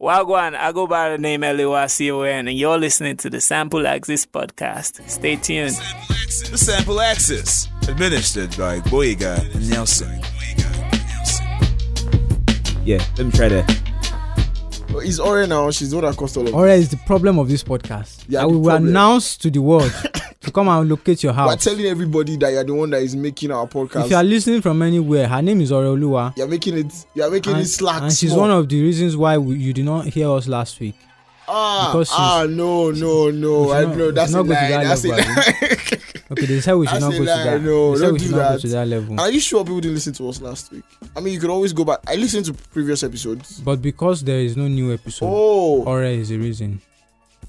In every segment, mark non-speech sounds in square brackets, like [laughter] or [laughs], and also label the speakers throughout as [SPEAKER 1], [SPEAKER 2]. [SPEAKER 1] Wagwan, I go by the name L-E-Y-C-O-N, and you're listening to the Sample Axis Podcast. Stay tuned.
[SPEAKER 2] The sample access administered by Boyega Nelson. Yeah, let me try that.
[SPEAKER 3] It's Ore now. She's the one that caused all of
[SPEAKER 4] Or is the problem of this podcast.
[SPEAKER 3] Yeah, the
[SPEAKER 4] that we will
[SPEAKER 3] problem.
[SPEAKER 4] announce to the
[SPEAKER 3] [coughs]
[SPEAKER 4] world to come and locate your
[SPEAKER 3] We're
[SPEAKER 4] house.
[SPEAKER 3] telling everybody that you're the one that is making our podcast.
[SPEAKER 4] If you are listening from anywhere, her name is Oreoluwa.
[SPEAKER 3] You're making it. You're making
[SPEAKER 4] And,
[SPEAKER 3] it slack.
[SPEAKER 4] and she's
[SPEAKER 3] small.
[SPEAKER 4] one of the reasons why we, you did not hear us last week.
[SPEAKER 3] ah
[SPEAKER 4] because she's-
[SPEAKER 3] ah no no no.
[SPEAKER 4] we should
[SPEAKER 3] I
[SPEAKER 4] not-
[SPEAKER 3] know
[SPEAKER 4] we
[SPEAKER 3] that's a
[SPEAKER 4] should not go to
[SPEAKER 3] lie.
[SPEAKER 4] that
[SPEAKER 3] That's a
[SPEAKER 4] level,
[SPEAKER 3] lie.
[SPEAKER 4] Okay, they said we should
[SPEAKER 3] That's
[SPEAKER 4] not
[SPEAKER 3] a
[SPEAKER 4] go to
[SPEAKER 3] lie.
[SPEAKER 4] that.
[SPEAKER 3] No,
[SPEAKER 4] they said
[SPEAKER 3] don't
[SPEAKER 4] we should
[SPEAKER 3] do
[SPEAKER 4] not go
[SPEAKER 3] that.
[SPEAKER 4] to that level.
[SPEAKER 3] Are you sure people didn't listen to us last week? I mean, you could always go back. I listened to previous episodes.
[SPEAKER 4] But because there is no new episode,
[SPEAKER 3] Oh,
[SPEAKER 4] Ore is the reason.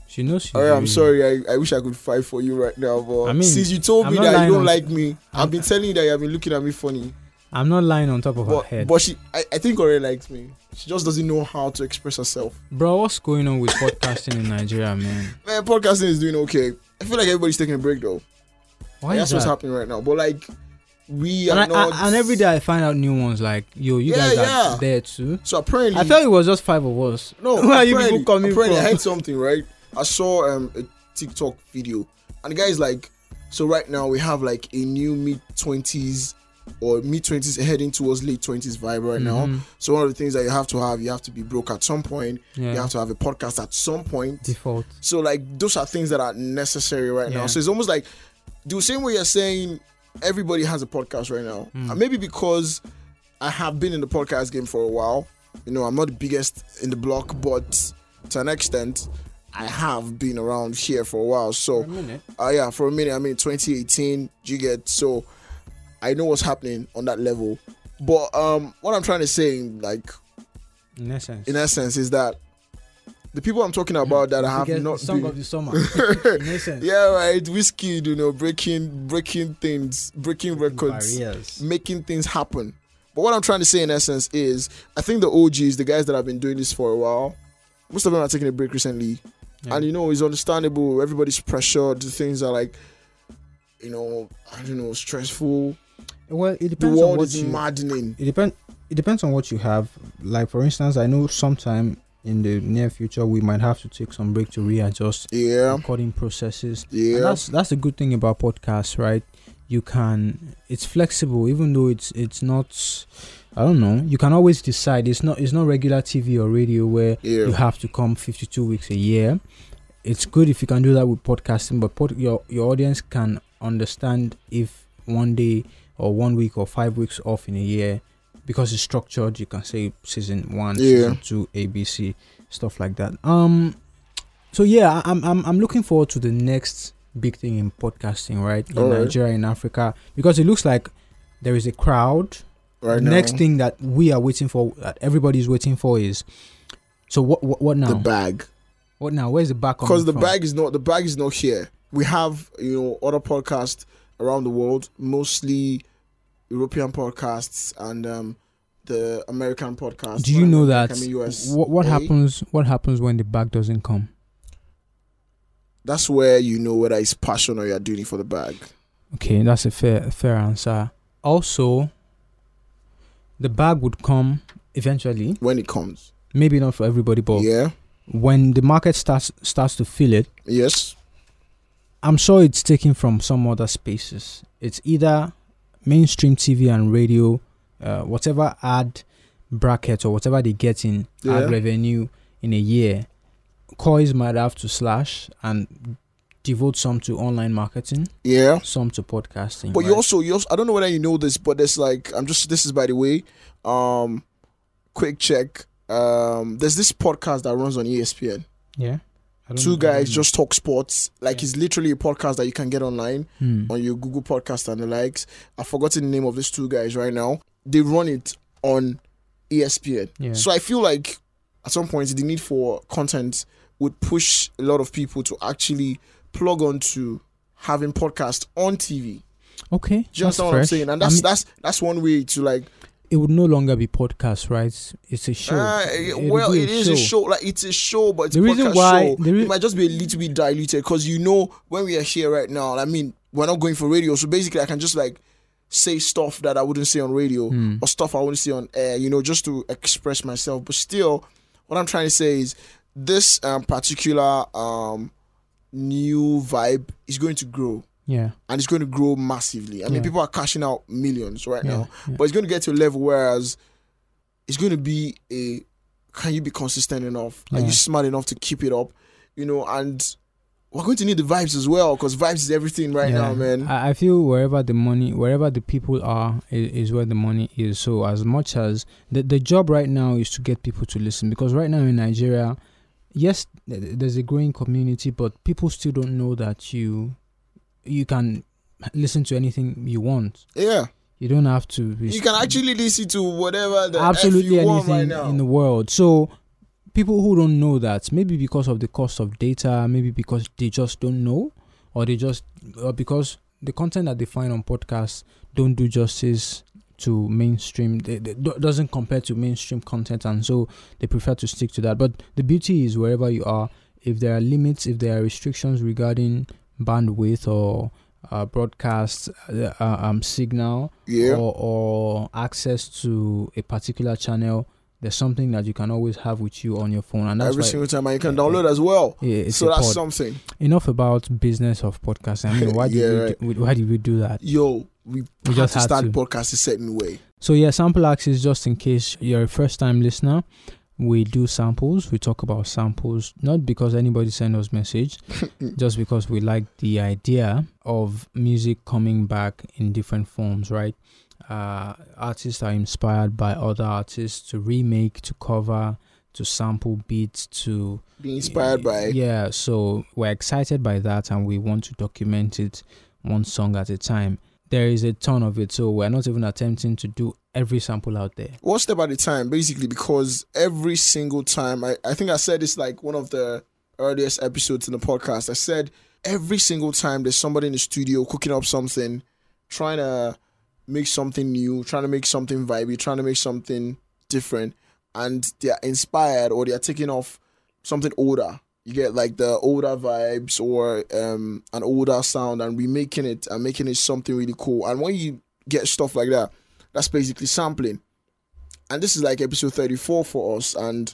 [SPEAKER 4] She knows she's
[SPEAKER 3] all
[SPEAKER 4] the
[SPEAKER 3] right. I'm
[SPEAKER 4] reason.
[SPEAKER 3] sorry. I, I wish I could fight for you right now, but
[SPEAKER 4] I mean,
[SPEAKER 3] since you told
[SPEAKER 4] I'm
[SPEAKER 3] me
[SPEAKER 4] not
[SPEAKER 3] that
[SPEAKER 4] lying
[SPEAKER 3] you don't
[SPEAKER 4] on-
[SPEAKER 3] like me, I've been telling you that you have been looking at me funny.
[SPEAKER 4] I'm not lying on top of her
[SPEAKER 3] But
[SPEAKER 4] head.
[SPEAKER 3] but she, I, I think already likes me. She just doesn't know how to express herself.
[SPEAKER 4] Bro, what's going on with podcasting in Nigeria, man?
[SPEAKER 3] Man, Eh, podcasting is doing okay. I feel like everybody's taking a break though.
[SPEAKER 4] Why
[SPEAKER 3] That's
[SPEAKER 4] is
[SPEAKER 3] what's
[SPEAKER 4] that?
[SPEAKER 3] happening right now. But like, we
[SPEAKER 4] And,
[SPEAKER 3] are
[SPEAKER 4] I,
[SPEAKER 3] not.
[SPEAKER 4] I- and every day I find out new ones. Like, yo, you
[SPEAKER 3] Yeah,
[SPEAKER 4] guys are
[SPEAKER 3] yeah.
[SPEAKER 4] there too.
[SPEAKER 3] So apparently,
[SPEAKER 4] I thought it was just five of us.
[SPEAKER 3] no.
[SPEAKER 4] [laughs] Where are you
[SPEAKER 3] apparently-
[SPEAKER 4] people coming
[SPEAKER 3] apparently I
[SPEAKER 4] from?
[SPEAKER 3] heard something right. I saw um a TikTok video, and the guy's like, so right now we have like a new mid twenties or mid twenties heading towards late twenties vibe right now.
[SPEAKER 4] Mhm.
[SPEAKER 3] So one of the things that you have to have, you have to be broke at some point. You
[SPEAKER 4] Yeah.
[SPEAKER 3] have to have a podcast at some point.
[SPEAKER 4] [laughs] Default.
[SPEAKER 3] So like those are things that are necessary right now.
[SPEAKER 4] Yeah.
[SPEAKER 3] So it's almost like the same way you're saying everybody has a podcast right now.
[SPEAKER 4] Hmm.
[SPEAKER 3] And maybe because I have been in the podcast game for a while. You know, I'm not the biggest in the block, but to an extent, I have been around here for a while. So
[SPEAKER 4] minute.
[SPEAKER 3] uh, yeah, for a minute. I mean, 2018, you get so I know what's happening on that level. But um, what I'm trying to say, like
[SPEAKER 4] In essence.
[SPEAKER 3] in essence, is that the people I'm talking about that I have
[SPEAKER 4] Because
[SPEAKER 3] not
[SPEAKER 4] the song
[SPEAKER 3] been,
[SPEAKER 4] of the
[SPEAKER 3] [laughs]
[SPEAKER 4] summer. in essence.
[SPEAKER 3] yeah, right. Whiskey, you know, breaking breaking things, breaking records,
[SPEAKER 4] Barriers.
[SPEAKER 3] making things happen. But what I'm trying to say in essence is I think the OGs, the guys that have been doing this for a while, most of them are taking a break recently.
[SPEAKER 4] Yeah.
[SPEAKER 3] And you know, it's understandable. Everybody's pressured. Things are like, you know, I don't know, stressful.
[SPEAKER 4] Well, it
[SPEAKER 3] The
[SPEAKER 4] depends on
[SPEAKER 3] world
[SPEAKER 4] what
[SPEAKER 3] is
[SPEAKER 4] you.
[SPEAKER 3] maddening.
[SPEAKER 4] It depends. It depends on what you have. Like for instance, I know sometime in the near future we might have to take some break to readjust
[SPEAKER 3] Yeah.
[SPEAKER 4] recording processes. And
[SPEAKER 3] Yeah.
[SPEAKER 4] that's that's the good thing about podcasts, right? You can it's flexible, even though it's it's not. I don't know. You can always decide. It's not it's not regular TV or radio where you
[SPEAKER 3] Yeah.
[SPEAKER 4] have to come 52 weeks a year. It's good if you can do that with podcasting, but pod, your your audience can understand if one day or one week or five weeks off in a year because it's structured. You can say season one,
[SPEAKER 3] Yeah.
[SPEAKER 4] season two, ABC, stuff like that. Um, so yeah, I- I'm I'm I'm looking forward to the next big thing in podcasting, right? In
[SPEAKER 3] Alright.
[SPEAKER 4] Nigeria, in Africa, because it looks like there is a crowd
[SPEAKER 3] Right
[SPEAKER 4] the
[SPEAKER 3] now.
[SPEAKER 4] next thing that we are waiting for that everybody's waiting for is so what what, what now
[SPEAKER 3] The bag.
[SPEAKER 4] what now where's the back
[SPEAKER 3] because the bag is not the bag is not here. We have you know other podcasts around the world, mostly European podcasts and um, the American podcasts.
[SPEAKER 4] do you know that
[SPEAKER 3] I mean, US.
[SPEAKER 4] what, what
[SPEAKER 3] eh?
[SPEAKER 4] happens what happens when the bag doesn't come
[SPEAKER 3] That's where you know whether it's passion or you're doing it for the bag.
[SPEAKER 4] okay that's a fair a fair answer also the bag would come eventually
[SPEAKER 3] When it comes,
[SPEAKER 4] maybe not for everybody but
[SPEAKER 3] yeah,
[SPEAKER 4] when the market starts starts to feel it
[SPEAKER 3] yes,
[SPEAKER 4] i'm sure it's taken from some other spaces it's either mainstream tv and radio uh, whatever ad bracket or whatever they get in
[SPEAKER 3] Yeah.
[SPEAKER 4] ad revenue in a year, coins might have to slash and devote some to online marketing,
[SPEAKER 3] yeah.
[SPEAKER 4] some to podcasting.
[SPEAKER 3] But
[SPEAKER 4] right?
[SPEAKER 3] you also, you also, I don't know whether you know this, but there's like, I'm just, this is by the way, um, quick check. Um, there's this podcast that runs on E ESPN.
[SPEAKER 4] yeah, I don't- I
[SPEAKER 3] two
[SPEAKER 4] don't
[SPEAKER 3] guys
[SPEAKER 4] know.
[SPEAKER 3] just talk sports. Like
[SPEAKER 4] Mm-hmm. Yeah.
[SPEAKER 3] it's literally a podcast that you can get online
[SPEAKER 4] Hmm.
[SPEAKER 3] on your Google Podcast and the likes. I've forgotten the name of these two guys right now. They run it on E ESPN.
[SPEAKER 4] Yeah.
[SPEAKER 3] So I feel like at some point the need for content would push a lot of people to actually plug onto having podcast on TV. Do
[SPEAKER 4] okay.
[SPEAKER 3] you
[SPEAKER 4] that's
[SPEAKER 3] understand what I'm
[SPEAKER 4] fresh.
[SPEAKER 3] saying? And
[SPEAKER 4] I
[SPEAKER 3] that's
[SPEAKER 4] mean,
[SPEAKER 3] that's that's one way to like
[SPEAKER 4] it would no longer be podcast, right? It's a show.
[SPEAKER 3] Ah,
[SPEAKER 4] It'll
[SPEAKER 3] well,
[SPEAKER 4] be
[SPEAKER 3] it is a show. Like it's a show, but it's
[SPEAKER 4] The
[SPEAKER 3] a
[SPEAKER 4] reason
[SPEAKER 3] podcast
[SPEAKER 4] why-
[SPEAKER 3] show.
[SPEAKER 4] the re-
[SPEAKER 3] it might just be a little bit diluted because you know when we are here right now. I mean, we're not going for radio, so basically, I can just like say stuff
[SPEAKER 4] Hmm.
[SPEAKER 3] that I wouldn't say on radio or stuff I wouldn't say on air. You know, just to express myself, but still What I'm trying to say is this um, particular um, new vibe is going to grow
[SPEAKER 4] Yeah.
[SPEAKER 3] and it's going to grow massively. I mean,
[SPEAKER 4] Yeah.
[SPEAKER 3] people are cashing out millions right
[SPEAKER 4] Yeah.
[SPEAKER 3] now, but it's going to get to a level whereas it's going to be a can you be consistent enough? Are
[SPEAKER 4] Yeah.
[SPEAKER 3] you smart enough to keep it up? You know, and we're going to need the vibes as well because vibes is everything right
[SPEAKER 4] Yeah.
[SPEAKER 3] now, man.
[SPEAKER 4] I, I feel wherever the money, wherever the people are, is, is where the money is. So as much as the the job right now is to get people to listen, because right now in Nigeria, yes, th- th- there's a growing community, but people still don't know that you you can listen to anything you want.
[SPEAKER 3] yeah,
[SPEAKER 4] You don't have to. be
[SPEAKER 3] you can actually listen to whatever the F
[SPEAKER 4] absolutely
[SPEAKER 3] you want
[SPEAKER 4] anything
[SPEAKER 3] right now.
[SPEAKER 4] in the world. So people who don't know that, maybe because of the cost of data, maybe because they just don't know, or they just or because the content that they find on podcasts don't do justice to mainstream they, they- do- doesn't compare to mainstream content and so they prefer to stick to that but the beauty is wherever you are if there are limits if there are restrictions regarding bandwidth or uh, broadcast uh, uh, um, signal
[SPEAKER 3] yeah,
[SPEAKER 4] or, or access to a particular channel, there's something that you can always have with you on your phone, and that's
[SPEAKER 3] every
[SPEAKER 4] why
[SPEAKER 3] single time, and you can
[SPEAKER 4] Yeah.
[SPEAKER 3] download as well.
[SPEAKER 4] yeah, it's
[SPEAKER 3] so
[SPEAKER 4] a
[SPEAKER 3] that's
[SPEAKER 4] pod.
[SPEAKER 3] something.
[SPEAKER 4] Enough about business of podcasting.
[SPEAKER 3] [laughs]
[SPEAKER 4] I mean, why did
[SPEAKER 3] Yeah,
[SPEAKER 4] we
[SPEAKER 3] right.
[SPEAKER 4] do, why did we do that?
[SPEAKER 3] Yo, we,
[SPEAKER 4] We
[SPEAKER 3] have
[SPEAKER 4] just
[SPEAKER 3] to
[SPEAKER 4] had
[SPEAKER 3] start
[SPEAKER 4] to.
[SPEAKER 3] podcast a certain way.
[SPEAKER 4] So yeah, sample access. Just in case you're a first-time listener, we do samples. We talk about samples, not because anybody sent us message, just because we like the idea of music coming back in different forms. Right? Uh, artists are inspired by other artists to remake, to cover, to sample beats, to
[SPEAKER 3] Be inspired by
[SPEAKER 4] yeah so we're excited by that and we want to document it one song at a time there is a ton of it so we're not even attempting to do every sample out there
[SPEAKER 3] one step at a time, basically, because every single time, I, I think I said this like one of the earliest episodes in the podcast. I said every single time there's somebody in the studio cooking up something, trying to make something new, trying to make something vibey, trying to make something different, and they're inspired or they're taking off something older. You get like the older vibes or um, an older sound and remaking it and making it something really cool. And when you get stuff like that, that's basically sampling and this is like episode 34 for us and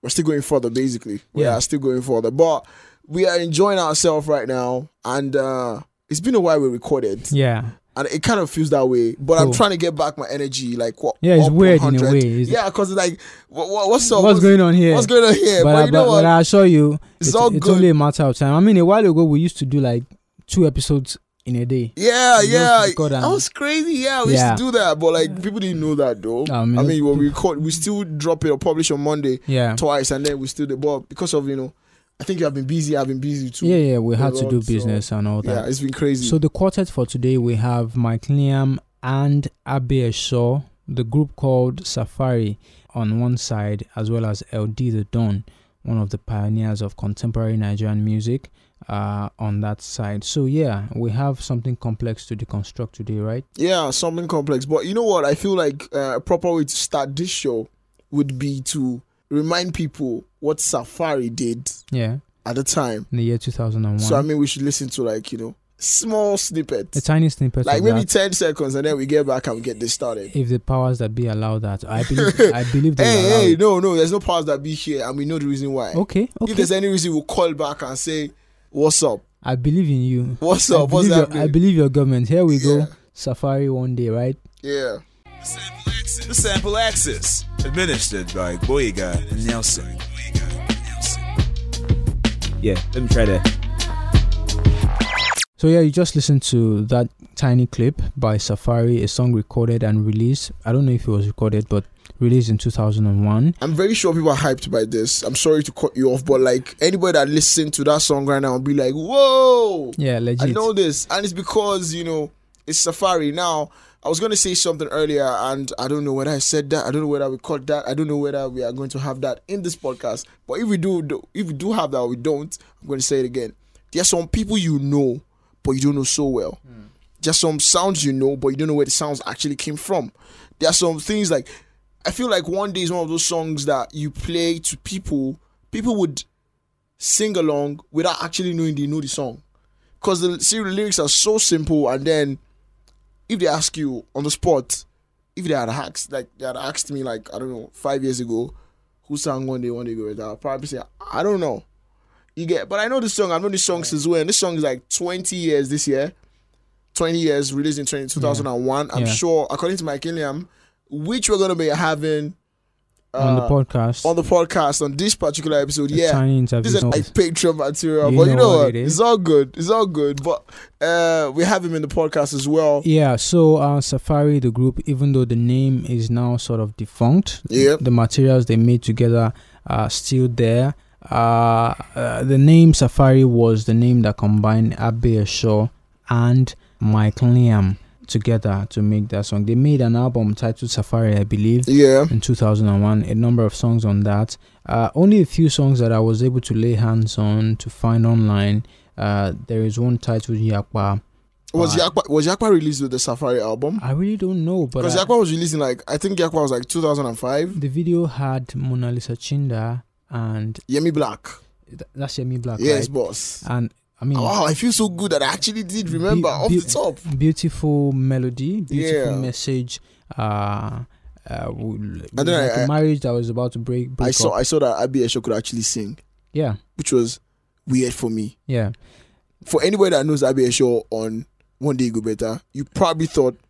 [SPEAKER 3] we're still going further basically we
[SPEAKER 4] Yeah.
[SPEAKER 3] are still going further but we are enjoying ourselves right now and uh it's been a while we recorded
[SPEAKER 4] yeah
[SPEAKER 3] and it kind of feels that way but i'm
[SPEAKER 4] Cool.
[SPEAKER 3] trying to get back my energy like what
[SPEAKER 4] Oh. Yeah, it's
[SPEAKER 3] up
[SPEAKER 4] weird in a
[SPEAKER 3] 100.
[SPEAKER 4] way, is it?
[SPEAKER 3] yeah because like what, what, what's up
[SPEAKER 4] what's going on here
[SPEAKER 3] what's going on here but,
[SPEAKER 4] but, I-
[SPEAKER 3] you know
[SPEAKER 4] but-
[SPEAKER 3] what
[SPEAKER 4] but i assure you
[SPEAKER 3] It's
[SPEAKER 4] it's,
[SPEAKER 3] all
[SPEAKER 4] it's
[SPEAKER 3] good.
[SPEAKER 4] only a matter of time i mean a while ago we used to do like two episodes in a day
[SPEAKER 3] yeah,
[SPEAKER 4] You
[SPEAKER 3] yeah,
[SPEAKER 4] don't record
[SPEAKER 3] that
[SPEAKER 4] and-
[SPEAKER 3] was crazy. Yeah, we
[SPEAKER 4] Yeah.
[SPEAKER 3] used to do that, but like people didn't know that though.
[SPEAKER 4] I mean,
[SPEAKER 3] I mean, we record, we still drop it or publish on Monday,
[SPEAKER 4] yeah
[SPEAKER 3] twice and then we still the ball because of you know I think you have been busy, I've been busy too.
[SPEAKER 4] yeah yeah we
[SPEAKER 3] a
[SPEAKER 4] had to
[SPEAKER 3] lot,
[SPEAKER 4] do
[SPEAKER 3] so-
[SPEAKER 4] business and all that
[SPEAKER 3] Yeah, it's been crazy.
[SPEAKER 4] So the quartet for today we have Mike Liam and Abe Shaw, the group called Safari on one side, as well as LD the Don, one of the pioneers of contemporary Nigerian music, uh, on that side. So yeah, we have something complex to deconstruct today, right?
[SPEAKER 3] yeah, something complex. But you know what? I feel like uh, a proper way to start this show would be to remind people what Safari did
[SPEAKER 4] Yeah,
[SPEAKER 3] at the time.
[SPEAKER 4] in the year two thousand and one.
[SPEAKER 3] So I mean, we should listen to like you know small
[SPEAKER 4] a
[SPEAKER 3] snippets,
[SPEAKER 4] tiny snippet
[SPEAKER 3] like
[SPEAKER 4] of
[SPEAKER 3] maybe
[SPEAKER 4] that.
[SPEAKER 3] ten seconds, and then we get back and we get this started.
[SPEAKER 4] if the powers that be allow that, I believe
[SPEAKER 3] [laughs]
[SPEAKER 4] I believe they will allow.
[SPEAKER 3] Hey, hey,
[SPEAKER 4] it.
[SPEAKER 3] no, no, there's no powers that be here, and we know the reason why.
[SPEAKER 4] Okay,
[SPEAKER 3] If
[SPEAKER 4] okay.
[SPEAKER 3] there's any reason, we'll call back and say, "What's up?
[SPEAKER 4] I believe in you.
[SPEAKER 3] What's
[SPEAKER 4] I
[SPEAKER 3] up? What's
[SPEAKER 4] believe, your, I
[SPEAKER 3] happening?"
[SPEAKER 4] believe your government. Here we
[SPEAKER 3] Yeah.
[SPEAKER 4] go. Safari one day, right?
[SPEAKER 3] Yeah.
[SPEAKER 2] Sample Access. Sample Access. Administered by Boyega and Nelson. Yeah, let me try that.
[SPEAKER 4] So yeah, you just listened to that tiny clip by Safari, a song recorded and released. I don't know if it was recorded, but released in 2001.
[SPEAKER 3] I'm very sure people are hyped by this. I'm sorry to cut you off, but like anybody that listened to that song right now will be like, whoa,
[SPEAKER 4] Yeah,
[SPEAKER 3] I
[SPEAKER 4] legit.
[SPEAKER 3] know this. And it's because, you know, it's Safari. Now, I was going to say something earlier, and I don't know whether I said that. I don't know whether we caught that. I don't know whether we are going to have that in this podcast. But if we do, do- if we do have that or we don't, I'm going to say it again. There's some people you know, but you don't know so well just some sounds you know, but you don't know where the sounds actually came from. There are some things like I feel like one day is one of those songs that you play to people, people would sing along without actually knowing they know the song. Because the see, the lyrics are so simple, and then if they ask you on the spot, if they had asked, like they had asked me, like I don't know, five years ago, who sang one day, one day ago. with that, I'll probably say, I don't know. You get, but I know this song. I've known this song since when. This song is like 20 years this year, 20 years released in 20, 2001. I'm
[SPEAKER 4] Yeah.
[SPEAKER 3] sure, according to Mike Gilliam, which we're gonna be having uh,
[SPEAKER 4] on the podcast.
[SPEAKER 3] on the podcast on this particular episode.
[SPEAKER 4] the
[SPEAKER 3] yeah,
[SPEAKER 4] tiny
[SPEAKER 3] this
[SPEAKER 4] interview.
[SPEAKER 3] is like Patreon material,
[SPEAKER 4] You
[SPEAKER 3] but you
[SPEAKER 4] know
[SPEAKER 3] know
[SPEAKER 4] what
[SPEAKER 3] what?
[SPEAKER 4] it is.
[SPEAKER 3] It's all good. It's all good. But uh, we have him in the podcast as well.
[SPEAKER 4] yeah, so uh, Safari, the group, even though the name is now sort of defunct,
[SPEAKER 3] Yep.
[SPEAKER 4] the materials they made together are still there. Uh, uh, the name Safari was the name that combined Abe Shaw and Mike Liam together to make that song. They made an album titled Safari, I believe.
[SPEAKER 3] Yeah,
[SPEAKER 4] in 2001 a number of songs on that uh, only a few songs that i was able to lay hands on to find online uh, there is one titled yakpa
[SPEAKER 3] was
[SPEAKER 4] Alright.
[SPEAKER 3] Yakpa was Yakpa released with the Safari album?
[SPEAKER 4] i really don't know but
[SPEAKER 3] Because
[SPEAKER 4] I-
[SPEAKER 3] Yakpa was released in like I think Yakpa was like 2005.
[SPEAKER 4] the video had mona lisa chinda and
[SPEAKER 3] Yemi Black,
[SPEAKER 4] th- that's yemi black
[SPEAKER 3] yes,
[SPEAKER 4] right?
[SPEAKER 3] boss.
[SPEAKER 4] and i mean
[SPEAKER 3] Wow, I feel so good that I actually did remember
[SPEAKER 4] Be-
[SPEAKER 3] off
[SPEAKER 4] be-
[SPEAKER 3] the top.
[SPEAKER 4] beautiful melody beautiful
[SPEAKER 3] Yeah.
[SPEAKER 4] message uh, uh, w-
[SPEAKER 3] I don't know,
[SPEAKER 4] like a
[SPEAKER 3] I-
[SPEAKER 4] marriage that was about to break, break
[SPEAKER 3] I saw
[SPEAKER 4] up.
[SPEAKER 3] I saw that Abi Esho could actually sing,
[SPEAKER 4] yeah
[SPEAKER 3] which was weird for me.
[SPEAKER 4] yeah
[SPEAKER 3] For anybody that knows Abi Esho on One Day Go Better, you probably thought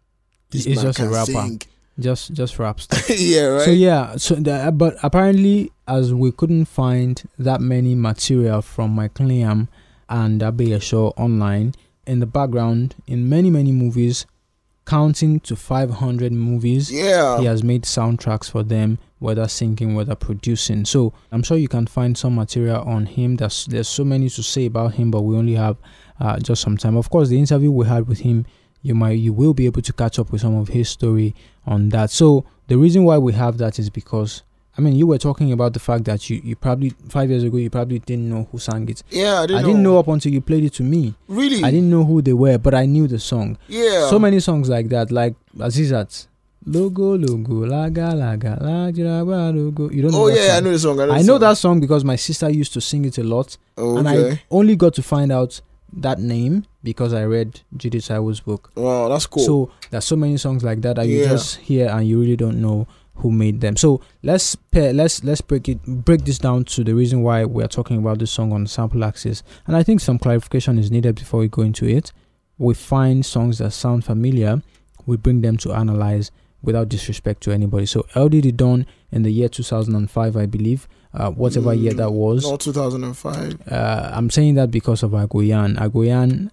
[SPEAKER 3] this
[SPEAKER 4] He's
[SPEAKER 3] man
[SPEAKER 4] just a
[SPEAKER 3] can
[SPEAKER 4] rapper.
[SPEAKER 3] sing. [laughs]
[SPEAKER 4] just just raps
[SPEAKER 3] yeah, right.
[SPEAKER 4] So yeah, so the, but apparently, as we couldn't find that many material from Michael Liam and Abe Shaw online, in the background, in many many movies, counting to 500 movies,
[SPEAKER 3] yeah.
[SPEAKER 4] he has made soundtracks for them, whether singing, whether producing. So I'm sure you can find some material on him. There's there's so many to say about him, but we only have uh, just some time. Of course, the interview we had with him, you might you will be able to catch up with some of his story on that. So the reason why we have that is because. I mean, you were talking about the fact that you, you probably five years ago you probably didn't know who sang it.
[SPEAKER 3] Yeah, I
[SPEAKER 4] I
[SPEAKER 3] didn't,
[SPEAKER 4] didn't know up until you played it to me.
[SPEAKER 3] Really?
[SPEAKER 4] I didn't know who they were, but I knew the song
[SPEAKER 3] Yeah.
[SPEAKER 4] so many songs like that, like Azizat. Logo, logo, laga, laga, laga, logo. You don't know
[SPEAKER 3] Oh
[SPEAKER 4] that
[SPEAKER 3] yeah, I
[SPEAKER 4] song?
[SPEAKER 3] know the song. I know,
[SPEAKER 4] I
[SPEAKER 3] the
[SPEAKER 4] know
[SPEAKER 3] song. Oh,
[SPEAKER 4] that song because my sister used to sing it a lot,
[SPEAKER 3] Okay.
[SPEAKER 4] and I only got to find out that name because I read Judith Saiwo's book.
[SPEAKER 3] wow, that's cool.
[SPEAKER 4] So there's so many songs like that that you
[SPEAKER 3] Yeah.
[SPEAKER 4] just hear and you really don't know who made them. So let's pair, let's let's break it break this down to the reason why we are talking about this song on sample axis. And I think some clarification is needed before we go into it. We find songs that sound familiar, we bring them to analyze without disrespect to anybody. So LDD Dawn in the year 2005, I believe, uh, whatever year
[SPEAKER 3] Mm,
[SPEAKER 4] that was.
[SPEAKER 3] no, 2005.
[SPEAKER 4] Uh, I'm saying that because of Agoyan. Agoyan,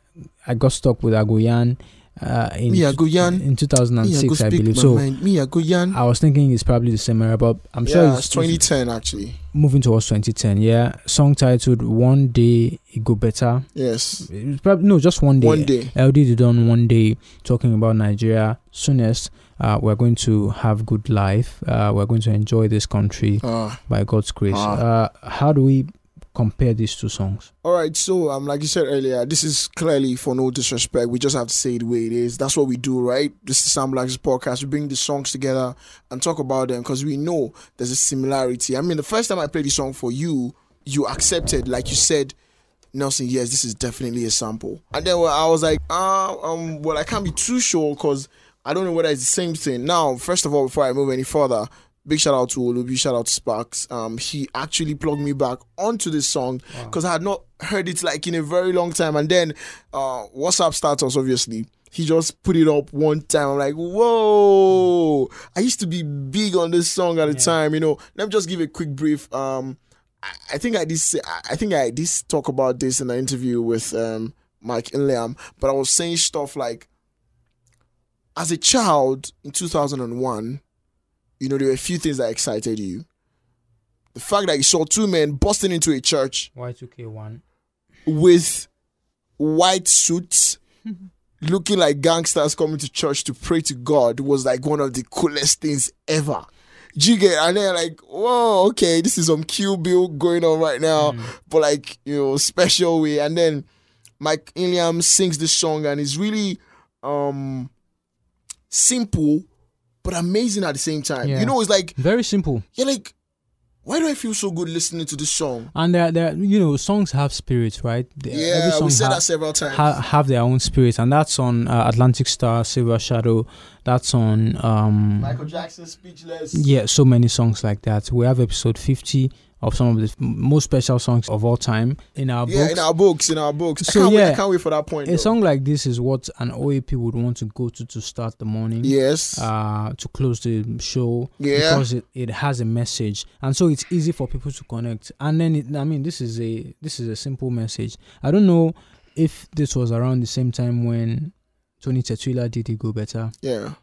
[SPEAKER 4] I got stuck with Agoyan uh, in
[SPEAKER 3] Me, Agoyan.
[SPEAKER 4] in
[SPEAKER 3] Me, I go
[SPEAKER 4] 2006, I
[SPEAKER 3] speak
[SPEAKER 4] believe.
[SPEAKER 3] my
[SPEAKER 4] So
[SPEAKER 3] mind. Me, I go yarn.
[SPEAKER 4] I was thinking it's probably the same era, but I'm sure
[SPEAKER 3] yeah,
[SPEAKER 4] it's,
[SPEAKER 3] it's 2010 actually.
[SPEAKER 4] moving towards 2010. Yeah, song titled "One Day It Go Better."
[SPEAKER 3] Yes,
[SPEAKER 4] It's probably no, just one day.
[SPEAKER 3] one day.
[SPEAKER 4] LD did done one day talking about Nigeria. Soonest, uh, we're going to have good life. Uh, we're going to enjoy this country
[SPEAKER 3] Ah.
[SPEAKER 4] by God's grace.
[SPEAKER 3] Ah.
[SPEAKER 4] Uh, how do we compare these two songs?
[SPEAKER 3] all right. So, um, like you said earlier, this is clearly for no disrespect. We just have to say it the way it is. That's what we do, right? This is Sam Black's podcast. We bring the songs together and talk about them because we know there's a similarity. I mean, the first time I played the song for you, you accepted, like you said, Nelson, yes, this is definitely a sample. And then well, I was like, ah, um, well, I can't be too sure because I don't know whether it's the same thing. Now, first of all, before I move any further, big shout out to Olubi, shout out to Sparks. Um, he actually plugged me back onto this song because I had not heard it like in a very long time. And then uh, WhatsApp status, obviously. He just put it up one time. I'm like, whoa! I used to be big on this song at the time, you know. Let me just give a quick brief. Um, I- I think I did. Say, I- I think I did talk about this in an interview with um, Mike Inlam, but I was saying stuff like, as a child in 2001, you know, there were a few things that excited you. The fact that you saw two men busting into a church
[SPEAKER 4] Y2K1.
[SPEAKER 3] with white suits, [laughs] looking like gangsters coming to church to pray to God, was like one of the coolest things ever. Do you get? And then like, whoa, okay, this is some Q Bill going on right now,
[SPEAKER 4] Mm.
[SPEAKER 3] but like you know, special way. And then Mike Iliam sings this song, and it's really um simple but amazing at the same time.
[SPEAKER 4] Yeah.
[SPEAKER 3] You know, it's like
[SPEAKER 4] Very simple.
[SPEAKER 3] you're like, why do I feel so good listening to this song?
[SPEAKER 4] And there, there, you know, songs have spirits, right? The- every
[SPEAKER 3] Yeah,
[SPEAKER 4] song
[SPEAKER 3] we said
[SPEAKER 4] ha-
[SPEAKER 3] that several times.
[SPEAKER 4] ha- have their own spirits, and that's on uh, Atlantic Star, Silver Shadow. That's on um,
[SPEAKER 3] Michael Jackson, Speechless.
[SPEAKER 4] yeah, so many songs like that. We have episode fifty of some of the f- most special songs of all time in our
[SPEAKER 3] yeah,
[SPEAKER 4] books.
[SPEAKER 3] in our books, in our books.
[SPEAKER 4] So,
[SPEAKER 3] I can't wait, I
[SPEAKER 4] yeah,
[SPEAKER 3] can't wait for that point.
[SPEAKER 4] a
[SPEAKER 3] though.
[SPEAKER 4] song like this is what an OAP would want to go to to start the morning.
[SPEAKER 3] Yes.
[SPEAKER 4] Uh, to close the show
[SPEAKER 3] Yeah.
[SPEAKER 4] because it, it has a message and so it's easy for people to connect and then it, i mean this is a this is a simple message i don't know if this was around the same time when tony Tetuila did it go better
[SPEAKER 3] yeah.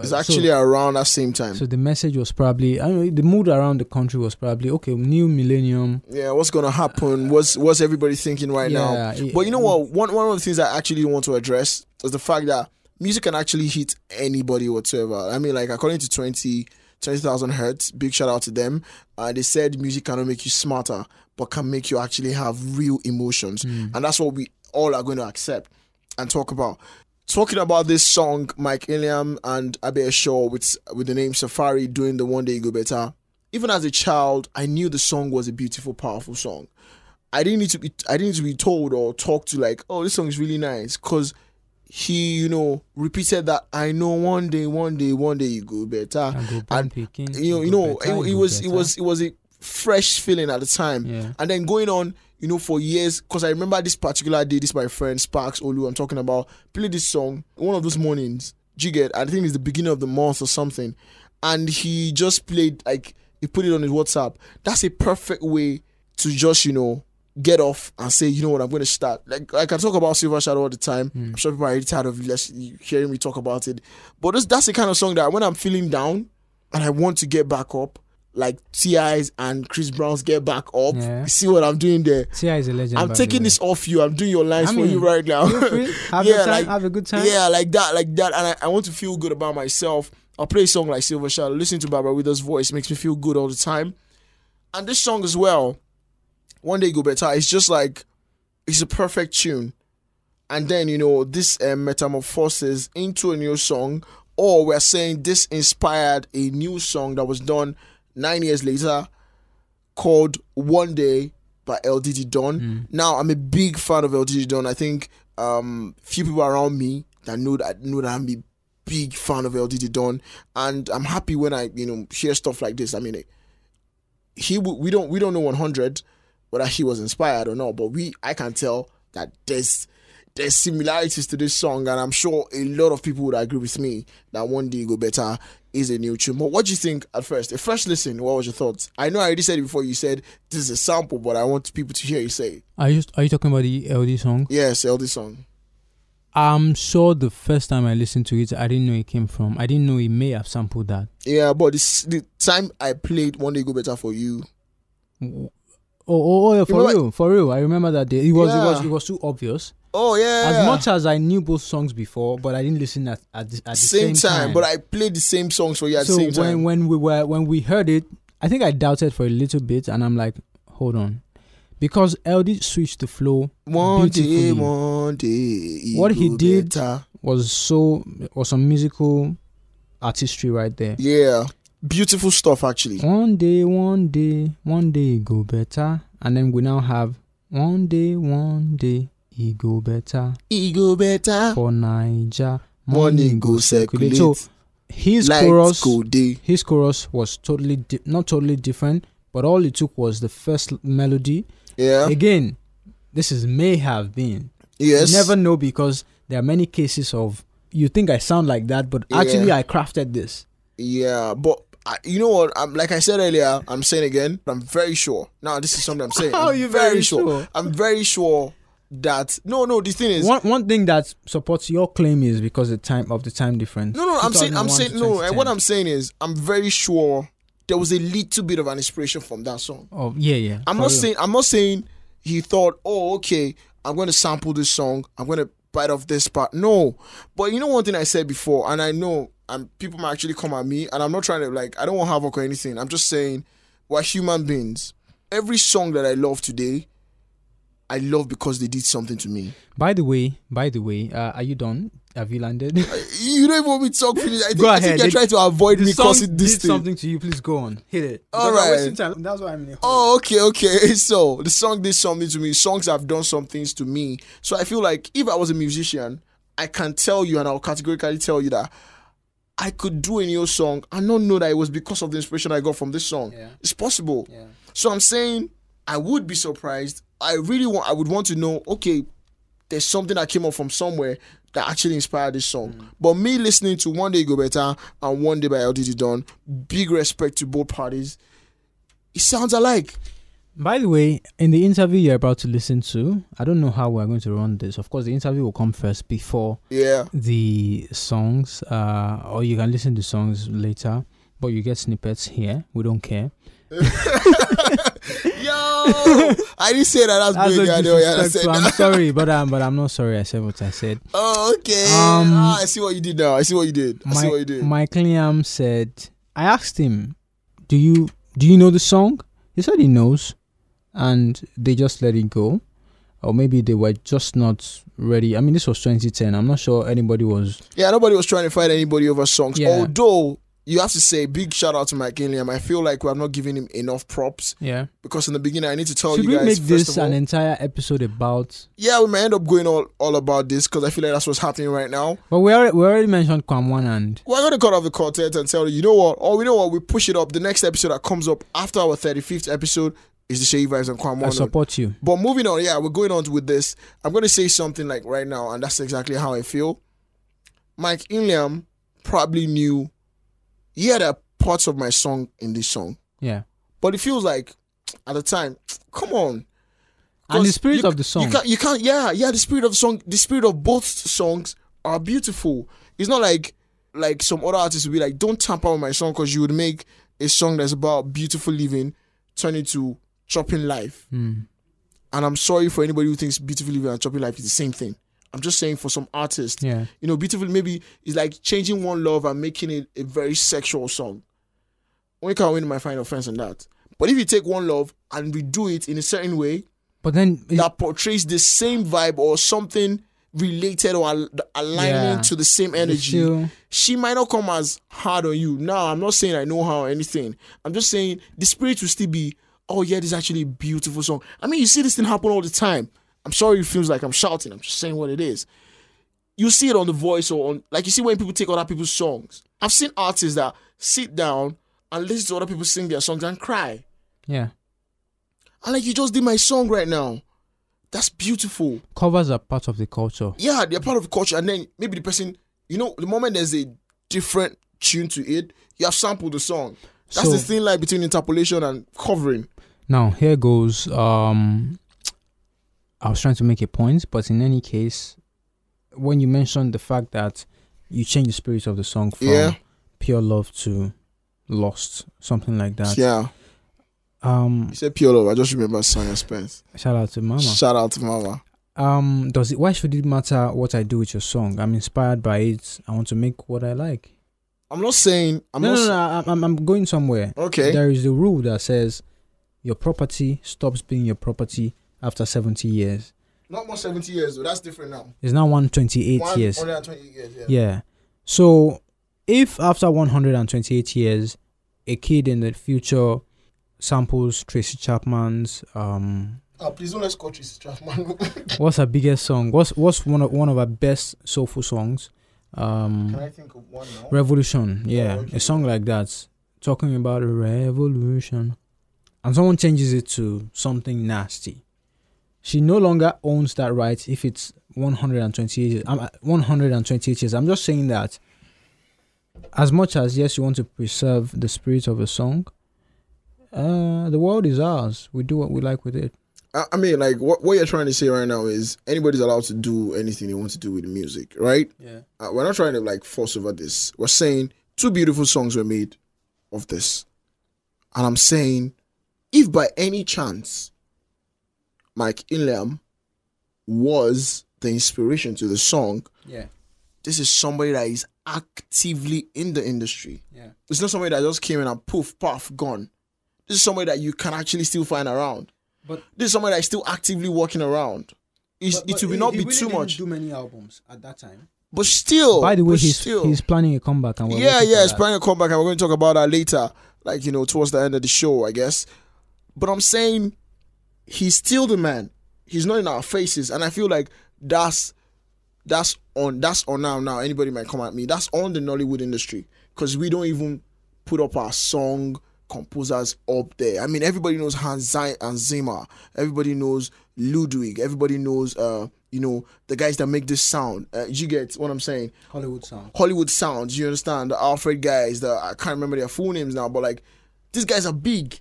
[SPEAKER 3] It's
[SPEAKER 4] So-
[SPEAKER 3] actually around that same time.
[SPEAKER 4] so the message was probably i mean the mood around the country was probably okay new millennium
[SPEAKER 3] yeah, what's gonna happen? What's what's everybody thinking right now?
[SPEAKER 4] Yeah, it-
[SPEAKER 3] But you know what? One one of the things I actually want to address is the fact that music can actually hit anybody whatsoever. I mean, like according to 20 20,000 hertz, big shout out to them. Uh, they said music cannot make you smarter, but can make you actually have real emotions,
[SPEAKER 4] Hmm.
[SPEAKER 3] and that's what we all are going to accept and talk about. Talking about this song, Mike Iliam and Abe Shaw with with the name Safari doing the One Day You Go Better. Even as a child, I knew the song was a beautiful, powerful song. I didn't need to be I didn't need to be told or talked to like, oh, this song is really nice, because he, you know, repeated that I know one day, one day, one day you go better.
[SPEAKER 4] I go
[SPEAKER 3] And
[SPEAKER 4] back picking,
[SPEAKER 3] you know,
[SPEAKER 4] I
[SPEAKER 3] you
[SPEAKER 4] go
[SPEAKER 3] know,
[SPEAKER 4] better, I
[SPEAKER 3] it, it
[SPEAKER 4] go
[SPEAKER 3] was it
[SPEAKER 4] better.
[SPEAKER 3] was it was a fresh feeling at the time,
[SPEAKER 4] Yeah.
[SPEAKER 3] and then going on, you know, for years. Because I remember this particular day, this my friend Sparks Olu, I'm talking about, played this song one of those mornings. Jiget, I think it's the beginning of the month or something, and he just played like he put it on his WhatsApp. That's a perfect way to just you know get off and say, you know what, I'm going to start. Like, like I talk about Silver Shadow all the time.
[SPEAKER 4] Hmm.
[SPEAKER 3] I'm sure people are already tired of less, hearing me talk about it. But this, that's the kind of song that when I'm feeling down and I want to get back up, like T.I.'s and Chris Brown's Get Back Up,
[SPEAKER 4] Yeah.
[SPEAKER 3] you see what I'm doing there?
[SPEAKER 4] Sia is a legend
[SPEAKER 3] I'm
[SPEAKER 4] by the
[SPEAKER 3] taking
[SPEAKER 4] way.
[SPEAKER 3] this off you. I'm doing your lines
[SPEAKER 4] I
[SPEAKER 3] for you
[SPEAKER 4] mean,
[SPEAKER 3] right now.
[SPEAKER 4] feel free.
[SPEAKER 3] [laughs]
[SPEAKER 4] Have a time- have a good time.
[SPEAKER 3] Yeah, like that, like that. And I, I want to feel good about myself. I'll play a song like Silver Shadow. Listen to Barbara Withers' voice makes me feel good all the time. And this song as well, One Day Go Better, it's just like, it's a perfect tune. And then, you know, this um, metamorphoses into a new song, or we're saying this inspired a new song that was done nine years later called One Day by LDD Don. Now I'm a big fan of LDD Don. I think um few people around me that know that know that I'm a big fan of LDD Don, and I'm happy when I you know hear stuff like this. I mean, it, he w- we don't we don't know 100 whether he was inspired or not, but we I can tell that there's there's similarities to this song, and I'm sure a lot of people would agree with me that One Day You Go Better is a new tune. But what do you think at first? A first listen, what was your thoughts? I know I already said it before. You said this is a sample, but I want people to hear you say it.
[SPEAKER 4] are you are you talking about the ld song
[SPEAKER 3] yes, LD song.
[SPEAKER 4] i'm sure the first time i listened to it i didn't know it came from i didn't know it may have sampled that
[SPEAKER 3] Yeah, but this, the time I played One Day You Go Better for you.
[SPEAKER 4] Oh, oh, oh yeah, for
[SPEAKER 3] Remember-
[SPEAKER 4] real, for real. I remember that day. It was, it was,
[SPEAKER 3] Yeah.
[SPEAKER 4] it was too obvious.
[SPEAKER 3] Oh yeah,
[SPEAKER 4] As much as I knew both songs before, but I didn't listen at at the, at the
[SPEAKER 3] same,
[SPEAKER 4] same,
[SPEAKER 3] time, but I played the same songs for you at
[SPEAKER 4] so
[SPEAKER 3] the same
[SPEAKER 4] when
[SPEAKER 3] time.
[SPEAKER 4] when we were when we heard it, I think I doubted for a little bit, and I'm like, hold on, because LD switched the flow.
[SPEAKER 3] One day,
[SPEAKER 4] beautifully.
[SPEAKER 3] one day. you
[SPEAKER 4] What he
[SPEAKER 3] go
[SPEAKER 4] did-
[SPEAKER 3] better.
[SPEAKER 4] was so was some musical artistry right there.
[SPEAKER 3] Yeah, beautiful stuff actually.
[SPEAKER 4] One day, one day, one day it go better, and then we now have one day, one day it go better
[SPEAKER 3] Ego better.
[SPEAKER 4] for Niger.
[SPEAKER 3] Money go circulate.
[SPEAKER 4] So his
[SPEAKER 3] Lights
[SPEAKER 4] chorus,
[SPEAKER 3] go day.
[SPEAKER 4] his chorus was totally di- not totally different, but all it took was the first l- melody.
[SPEAKER 3] Yeah.
[SPEAKER 4] Again, this is may have been.
[SPEAKER 3] yes.
[SPEAKER 4] You never know because there are many cases of you think I sound like that, but actually
[SPEAKER 3] Yeah.
[SPEAKER 4] I crafted this.
[SPEAKER 3] Yeah, but I, you know what? I'm like I said earlier. I'm saying again. I'm very sure. Now this is something I'm saying.
[SPEAKER 4] [laughs] How
[SPEAKER 3] I'm
[SPEAKER 4] are you very sure?
[SPEAKER 3] I'm very sure that no, no. The thing is,
[SPEAKER 4] One one thing that supports your claim is because the time of the time difference.
[SPEAKER 3] no, no. I'm saying, I'm
[SPEAKER 4] 2001
[SPEAKER 3] saying,
[SPEAKER 4] to
[SPEAKER 3] no. And what
[SPEAKER 4] 2010.
[SPEAKER 3] I'm saying is, I'm very sure there was a little bit of an inspiration from that song.
[SPEAKER 4] Oh yeah, yeah.
[SPEAKER 3] I'm
[SPEAKER 4] for
[SPEAKER 3] not
[SPEAKER 4] real.
[SPEAKER 3] saying I'm not saying he thought, oh, okay, I'm gonna sample this song, I'm gonna bite off this part. No. But you know one thing I said before, and I know and people might actually come at me, and I'm not trying to like I don't want havoc or anything. I'm just saying we're human beings. Every song that I love today, I love because they did something to me.
[SPEAKER 4] By the way, by the way, uh, are you done? Have you
[SPEAKER 3] [laughs]
[SPEAKER 4] landed?
[SPEAKER 3] You don't even want me to talk finish. I think,
[SPEAKER 4] Go
[SPEAKER 3] I think
[SPEAKER 4] ahead.
[SPEAKER 3] you're
[SPEAKER 4] They-
[SPEAKER 3] trying to avoid
[SPEAKER 4] The
[SPEAKER 3] me
[SPEAKER 4] song
[SPEAKER 3] causing this
[SPEAKER 4] did
[SPEAKER 3] thing.
[SPEAKER 4] something to you. Please go on. Hit it.
[SPEAKER 3] All
[SPEAKER 4] Because I'm
[SPEAKER 3] right.
[SPEAKER 4] wasting time. That's why I'm in a hurry.
[SPEAKER 3] Oh, okay, okay. [laughs] So the song did something to me. Songs have done some things to me. So I feel like if I was a musician, I can tell you, and I'll categorically tell you that I could do a new song and not know that it was because of the inspiration I got from this song.
[SPEAKER 4] Yeah.
[SPEAKER 3] It's possible.
[SPEAKER 4] Yeah.
[SPEAKER 3] So I'm saying I would be surprised. I really want. I would want to know. Okay, there's something that came up from somewhere that actually inspired this song.
[SPEAKER 4] Mm.
[SPEAKER 3] But me listening to One Day Go Better and One Day by LDD Don, big respect to both parties. It sounds alike.
[SPEAKER 4] By the way, in the interview you're about to listen to, I don't know how we're going to run this. Of course, the interview will come first before
[SPEAKER 3] Yeah.
[SPEAKER 4] the songs, uh, or you can listen to songs later, but you get snippets here. We don't care.
[SPEAKER 3] Yo, [laughs] I didn't say that. That's,
[SPEAKER 4] That's
[SPEAKER 3] big.
[SPEAKER 4] a
[SPEAKER 3] I know. Yeah, I
[SPEAKER 4] disrespect,
[SPEAKER 3] said
[SPEAKER 4] so I'm
[SPEAKER 3] that. [laughs]
[SPEAKER 4] sorry, but I'm but I'm not sorry. I said what I said.
[SPEAKER 3] Oh, okay.
[SPEAKER 4] Um,
[SPEAKER 3] ah, I see what you did now. I see what you did. I see what you did.
[SPEAKER 4] Mike Liam said, I asked him, "Do you do you know the song?" He said he knows, and they just let it go, or maybe they were just not ready. I mean, this was 2010. I'm not sure anybody was.
[SPEAKER 3] Yeah, nobody was trying to fight anybody over songs.
[SPEAKER 4] Yeah.
[SPEAKER 3] Although you have to say big shout out to Mike Gilliam. I feel like we have not given him enough props
[SPEAKER 4] Yeah.
[SPEAKER 3] because in the beginning I need to tell
[SPEAKER 4] Should
[SPEAKER 3] Oh, you
[SPEAKER 4] we
[SPEAKER 3] guys
[SPEAKER 4] make
[SPEAKER 3] first
[SPEAKER 4] this
[SPEAKER 3] of all,
[SPEAKER 4] an entire episode about?
[SPEAKER 3] yeah, we may end up going all, all about this because I feel like that's what's happening right now.
[SPEAKER 4] But we already, we already mentioned Kwamwan and
[SPEAKER 3] We're gonna cut off the quartet and tell you, you know what? Oh, we know what? We push it up. The next episode that comes up after our thirty fifth episode is the Shady Vibes and Kwame.
[SPEAKER 4] I
[SPEAKER 3] Ono.
[SPEAKER 4] support you.
[SPEAKER 3] But moving on, yeah, we're going on with this. I'm going to say something like right now, and that's exactly how I feel. Mike Inliam probably knew, yeah, there are parts of my song in this song,
[SPEAKER 4] Yeah.
[SPEAKER 3] but it feels like at the time, come on.
[SPEAKER 4] And the
[SPEAKER 3] Because
[SPEAKER 4] spirit
[SPEAKER 3] you-
[SPEAKER 4] of the song.
[SPEAKER 3] You can't, you can't, yeah, yeah, the spirit of the song, the spirit of both songs are beautiful. It's not like like some other artists will be like, don't tamper with my song because you would make a song that's about beautiful living turn into chopping life
[SPEAKER 4] Mm.
[SPEAKER 3] and I'm sorry for anybody who thinks beautiful living and chopping life is the same thing. I'm just saying for some artists,
[SPEAKER 4] Yeah.
[SPEAKER 3] you know, beautiful maybe is like changing one love and making it a very sexual song. We can win my final offense on that. But if you take one love and we do it in a certain way
[SPEAKER 4] But then it-
[SPEAKER 3] that portrays the same vibe or something related or al- aligning
[SPEAKER 4] Yeah.
[SPEAKER 3] to the same
[SPEAKER 4] it's
[SPEAKER 3] energy,
[SPEAKER 4] still-
[SPEAKER 3] she might not come as hard on you. Now, I'm not saying I know her or anything. I'm just saying the spirit will still be, oh, yeah, this is actually a beautiful song. I mean, you see this thing happen all the time. I'm sorry it feels like I'm shouting. I'm just saying what it is. You see it on the voice or on, like, you see when people take other people's songs. I've seen artists that sit down and listen to other people sing their songs and cry.
[SPEAKER 4] yeah.
[SPEAKER 3] And like, you just did my song right now. That's beautiful.
[SPEAKER 4] Covers are part of the culture.
[SPEAKER 3] yeah, they're part of the culture, and then maybe the person, you know, the moment there's a different tune to it, you have sampled the song. That's
[SPEAKER 4] So-
[SPEAKER 3] the thin line between interpolation and covering.
[SPEAKER 4] Now here goes. Um, I was trying to make a point, but in any case, when you mentioned the fact that you change the spirit of the song from
[SPEAKER 3] Yeah.
[SPEAKER 4] pure love to lost, something like that.
[SPEAKER 3] yeah,
[SPEAKER 4] Um,
[SPEAKER 3] you said pure love. I just remember Sonia Spence.
[SPEAKER 4] shout out to Mama.
[SPEAKER 3] Shout out to Mama.
[SPEAKER 4] Um, does it? Why should it matter what I do with your song? I'm inspired by it. I want to make what I like.
[SPEAKER 3] I'm not saying I'm
[SPEAKER 4] no,
[SPEAKER 3] not.
[SPEAKER 4] no, no. I- I'm, I'm going somewhere.
[SPEAKER 3] Okay,
[SPEAKER 4] There is a rule that says your property stops being your property after 70 years.
[SPEAKER 3] not more seventy years though. That's different now.
[SPEAKER 4] It's now 128
[SPEAKER 3] One-
[SPEAKER 4] years.
[SPEAKER 3] 128 years. Yeah.
[SPEAKER 4] Yeah. So if after 128 years, a kid in the future samples Tracy Chapman's um,
[SPEAKER 3] Ah, please don't let's cut this [laughs] draft,
[SPEAKER 4] [laughs]
[SPEAKER 3] man.
[SPEAKER 4] what's her biggest song? What's what's one of one of her best soulful songs? Um,
[SPEAKER 3] I think of one now?
[SPEAKER 4] Revolution. Yeah,
[SPEAKER 3] Oh, okay.
[SPEAKER 4] a song like that, talking about a revolution, and someone changes it to something nasty. She no longer owns that right if it's 128 years. I'm uh, at 128 years. I'm just saying that. As much as yes, you want to preserve the spirit of a song, uh, the world is ours. We do what we like with it.
[SPEAKER 3] I, I mean, like what what you're trying to say right now is anybody's allowed to do anything they want to do with music, right?
[SPEAKER 4] Yeah.
[SPEAKER 3] uh, we're not trying to like force over this. We're saying two beautiful songs were made of this. And I'm saying, if by any chance Mike Inlam was the inspiration to the song,
[SPEAKER 4] Yeah.
[SPEAKER 3] this is somebody that is actively in the industry.
[SPEAKER 4] Yeah.
[SPEAKER 3] It's not somebody that just came in and poof, puff, gone. This is somebody that you can actually still find around.
[SPEAKER 4] But-
[SPEAKER 3] this is somebody that is still actively walking around. It's, it will not be too much.
[SPEAKER 4] many albums at that time.
[SPEAKER 3] But still,
[SPEAKER 4] By the way,
[SPEAKER 3] but
[SPEAKER 4] he's
[SPEAKER 3] still,
[SPEAKER 4] he's planning a comeback, and we're
[SPEAKER 3] yeah,
[SPEAKER 4] waiting for
[SPEAKER 3] yeah, it's
[SPEAKER 4] that.
[SPEAKER 3] planning a comeback, and we're going to talk about that later, like you know, towards the end of the show, I guess. But I'm saying he's still the man. He's not in our faces, and I feel like that's that's on that's on now. Now anybody might come at me. That's on the Nollywood industry because we don't even put up our song composers up there. I mean, everybody knows Hans Zimmer, and Zimmer. Everybody knows Ludwig. Everybody knows, uh, you know, the guys that make this sound. Uh, you get what I'm saying?
[SPEAKER 4] Hollywood sound.
[SPEAKER 3] Hollywood sounds. You understand the Alfred guys. The I can't remember their full names now, but like these guys are big.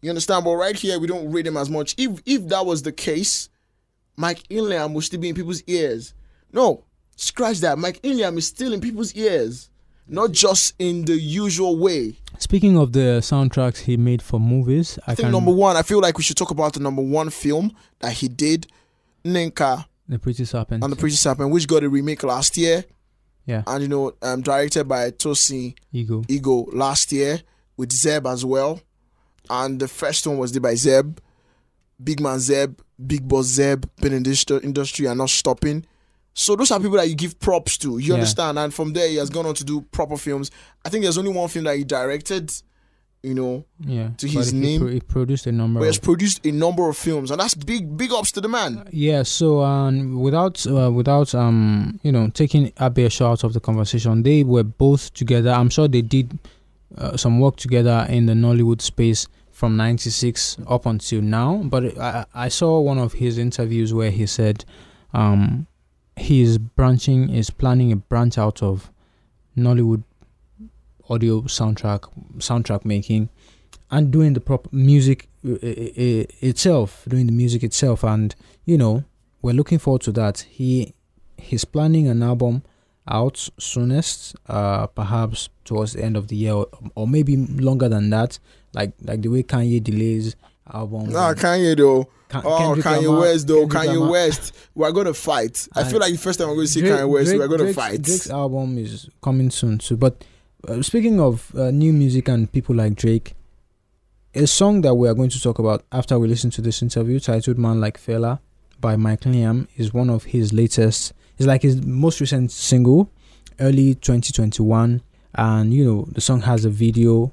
[SPEAKER 3] You understand? But right here, we don't rate them as much. If if that was the case, Mike Inliam would still be in people's ears. No, scratch that. Mike Inliam is still in people's ears, not just in the usual way.
[SPEAKER 4] Speaking of the soundtracks he made for movies, I,
[SPEAKER 3] I think
[SPEAKER 4] can
[SPEAKER 3] number one, I feel like we should talk about the number one film that he did, Ninka
[SPEAKER 4] the Pretty Serpent.
[SPEAKER 3] and the Pretty Serpent, which got a remake last year,
[SPEAKER 4] yeah,
[SPEAKER 3] and you know, um, directed by Tosin
[SPEAKER 4] ego.
[SPEAKER 3] Ego last year with Zeb as well. And the first one was did by Zeb, Big Man Zeb, Big Boss Zeb, been in this stu- industry and not stopping. So those are people that you give props to. You
[SPEAKER 4] Yeah.
[SPEAKER 3] understand? And from there he has gone on to do proper films. I think there's only one film that he directed, you know,
[SPEAKER 4] Yeah,
[SPEAKER 3] to
[SPEAKER 4] but
[SPEAKER 3] his
[SPEAKER 4] he
[SPEAKER 3] name.
[SPEAKER 4] pro- he produced a number.
[SPEAKER 3] but he
[SPEAKER 4] Of,
[SPEAKER 3] has produced a number of films, and that's big big ups to the man.
[SPEAKER 4] yeah, so um, without uh, without um, you know, taking Abiesha out of the conversation, they were both together. I'm sure they did uh, some work together in the Nollywood space from '96 up until now. But I, I I saw one of his interviews where he said, um, he's branching, is planning a branch out of Nollywood audio soundtrack soundtrack making and doing the prop music uh, uh, uh, itself doing the music itself and you know we're looking forward to that he he's planning an album out soonest uh perhaps towards the end of the year or, or maybe longer than that like like the way kanye delays album
[SPEAKER 3] Nah, Kanye though.
[SPEAKER 4] Ken-
[SPEAKER 3] Ah, Oh,
[SPEAKER 4] Uh, Kendrick
[SPEAKER 3] Kanye
[SPEAKER 4] Lamar-
[SPEAKER 3] West though.
[SPEAKER 4] Kendrick
[SPEAKER 3] Kanye
[SPEAKER 4] Lamar-
[SPEAKER 3] West. We're gonna fight. I
[SPEAKER 4] I-
[SPEAKER 3] feel like the first time we're gonna see Kanye West, we're gonna
[SPEAKER 4] Drake's,
[SPEAKER 3] fight.
[SPEAKER 4] Drake's album is coming soon too. But uh, speaking of uh, new music and people like Drake, a song that we are going to talk about after we listen to this interview, titled "Man Like Fela" by Mike Liam, is one of his latest. It's like his most recent single, early 2021, and you know the song has a video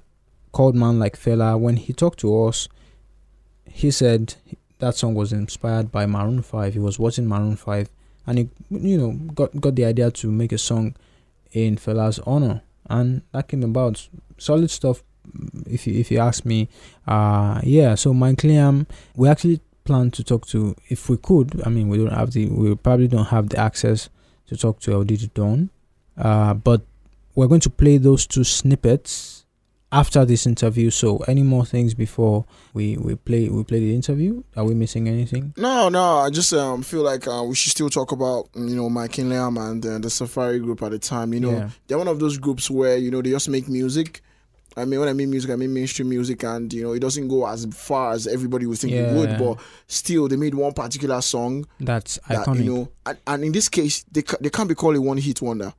[SPEAKER 4] called "Man Like Fela." When he talked to us, he said that song was inspired by Maroon 5. He was watching Maroon 5 and he you know got got the idea to make a song in Fela's honor and that came about solid stuff mm, if you if you ask me uh yeah so Mike Liam we actually plan to talk to if we could I mean we don't have the we probably don't have the access to talk to LD Dawn uh but we're going to play those two snippets after this interview so any more things before we we play we play the interview are we missing anything
[SPEAKER 3] No, no. I just um, feel like uh, we should still talk about mm, you know Mike Liam and uh, the Safari Group at the time. You know,
[SPEAKER 4] Yeah.
[SPEAKER 3] they're one of those groups where you know they just make music. I mean, when I mean music, I mean mainstream music, and you know it doesn't go as far as everybody would think it would.
[SPEAKER 4] Yeah.
[SPEAKER 3] But still, they made one particular song
[SPEAKER 4] that's
[SPEAKER 3] that
[SPEAKER 4] iconic
[SPEAKER 3] you know, and, and in this case, they ca- they can't be called a one hit wonder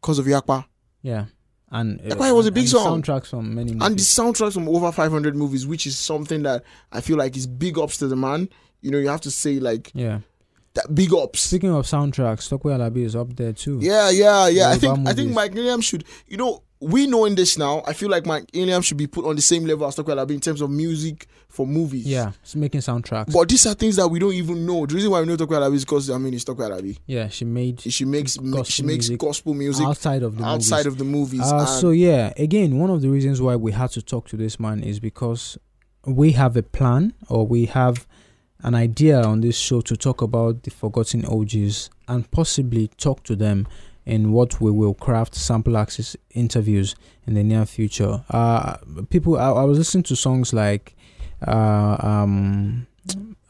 [SPEAKER 3] because of Yakpa.
[SPEAKER 4] Yeah, and uh,
[SPEAKER 3] That's why it was a big
[SPEAKER 4] and
[SPEAKER 3] song.
[SPEAKER 4] Soundtracks from many
[SPEAKER 3] and the
[SPEAKER 4] movies.
[SPEAKER 3] soundtracks from over 500 movies, which is something that I feel like is big ups to the man. You know, you have to say like
[SPEAKER 4] yeah.
[SPEAKER 3] that big ups.
[SPEAKER 4] Speaking of soundtracks, Tokwe Alabi is up there too.
[SPEAKER 3] Yeah, yeah, yeah. I
[SPEAKER 4] Yoruba
[SPEAKER 3] think I think
[SPEAKER 4] movies.
[SPEAKER 3] Mike Williams should. You know, we knowing this now. I feel like Mike Williams should be put on the same level as Tokyo Alabi in terms of music for movies.
[SPEAKER 4] yeah. She's making soundtracks.
[SPEAKER 3] But these are things that we don't even know. The reason why we know Tokyo Alabi is because I mean it's Tokyo Alabi.
[SPEAKER 4] yeah, she made
[SPEAKER 3] She makes she
[SPEAKER 4] Gospel
[SPEAKER 3] makes
[SPEAKER 4] music.
[SPEAKER 3] gospel music
[SPEAKER 4] outside of the
[SPEAKER 3] outside
[SPEAKER 4] movies.
[SPEAKER 3] of the movies.
[SPEAKER 4] Uh,
[SPEAKER 3] and
[SPEAKER 4] so yeah, again, one of the reasons why we had to talk to this man is because we have a plan or we have an idea on this show to talk about the forgotten OGs and possibly talk to them in what we will craft sample access interviews in the near future. Uh, people, I, I was listening to songs like uh, um,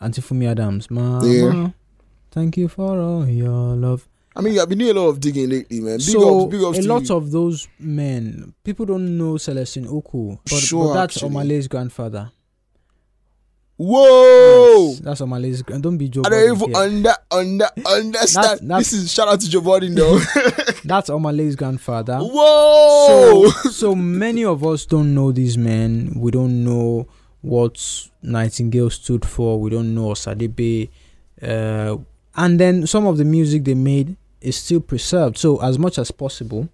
[SPEAKER 4] Antifumi Adams, Mama,
[SPEAKER 3] Yeah.
[SPEAKER 4] thank you for all your love
[SPEAKER 3] I mean, I've been doing a lot of digging lately, man. Big
[SPEAKER 4] so
[SPEAKER 3] ups, big ups
[SPEAKER 4] a
[SPEAKER 3] to
[SPEAKER 4] lot
[SPEAKER 3] you.
[SPEAKER 4] of those men, people don't know Celestine Oku, but,
[SPEAKER 3] Sure,
[SPEAKER 4] but that's
[SPEAKER 3] actually.
[SPEAKER 4] Omale's grandfather.
[SPEAKER 3] Whoa.
[SPEAKER 4] Yes, that's Omale's. grand- Don't be
[SPEAKER 3] Oh. I
[SPEAKER 4] joking.
[SPEAKER 3] don't even under under understand.
[SPEAKER 4] that's-
[SPEAKER 3] this is shout out to Jabari though.
[SPEAKER 4] [laughs] That's Omale's grandfather.
[SPEAKER 3] Whoa! [laughs]
[SPEAKER 4] So, so many of us don't know these men. We don't know what Nightingale stood for. We don't know Osadebe. Uh, and then some of the music they made is still preserved. So as much as possible,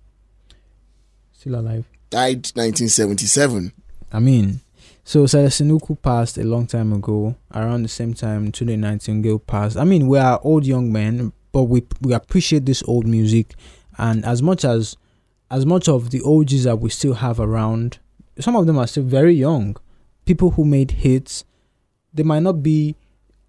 [SPEAKER 4] still alive.
[SPEAKER 3] Died 1977.
[SPEAKER 4] I mean, so Sadasinuku passed a long time ago. Around the same time, Tune Nightingale passed. I mean, we are old young men, but we we appreciate this old music, and as much as as much of the OGs that we still have around, some of them are still very young. People who made hits, they might not be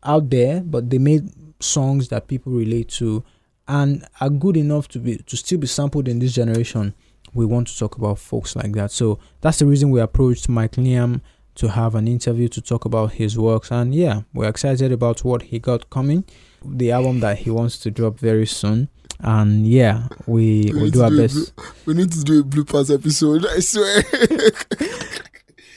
[SPEAKER 4] out there, but they made songs that people relate to, and are good enough to be to still be sampled in this generation. We want to talk about folks like that, so that's the reason we approached Mike Liam to have an interview to talk about his works and yeah we're excited about what he got coming the album that he wants to drop very soon and yeah we will
[SPEAKER 3] need
[SPEAKER 4] do
[SPEAKER 3] to
[SPEAKER 4] our
[SPEAKER 3] do a
[SPEAKER 4] best
[SPEAKER 3] We need to do a bloopers episode. I swear.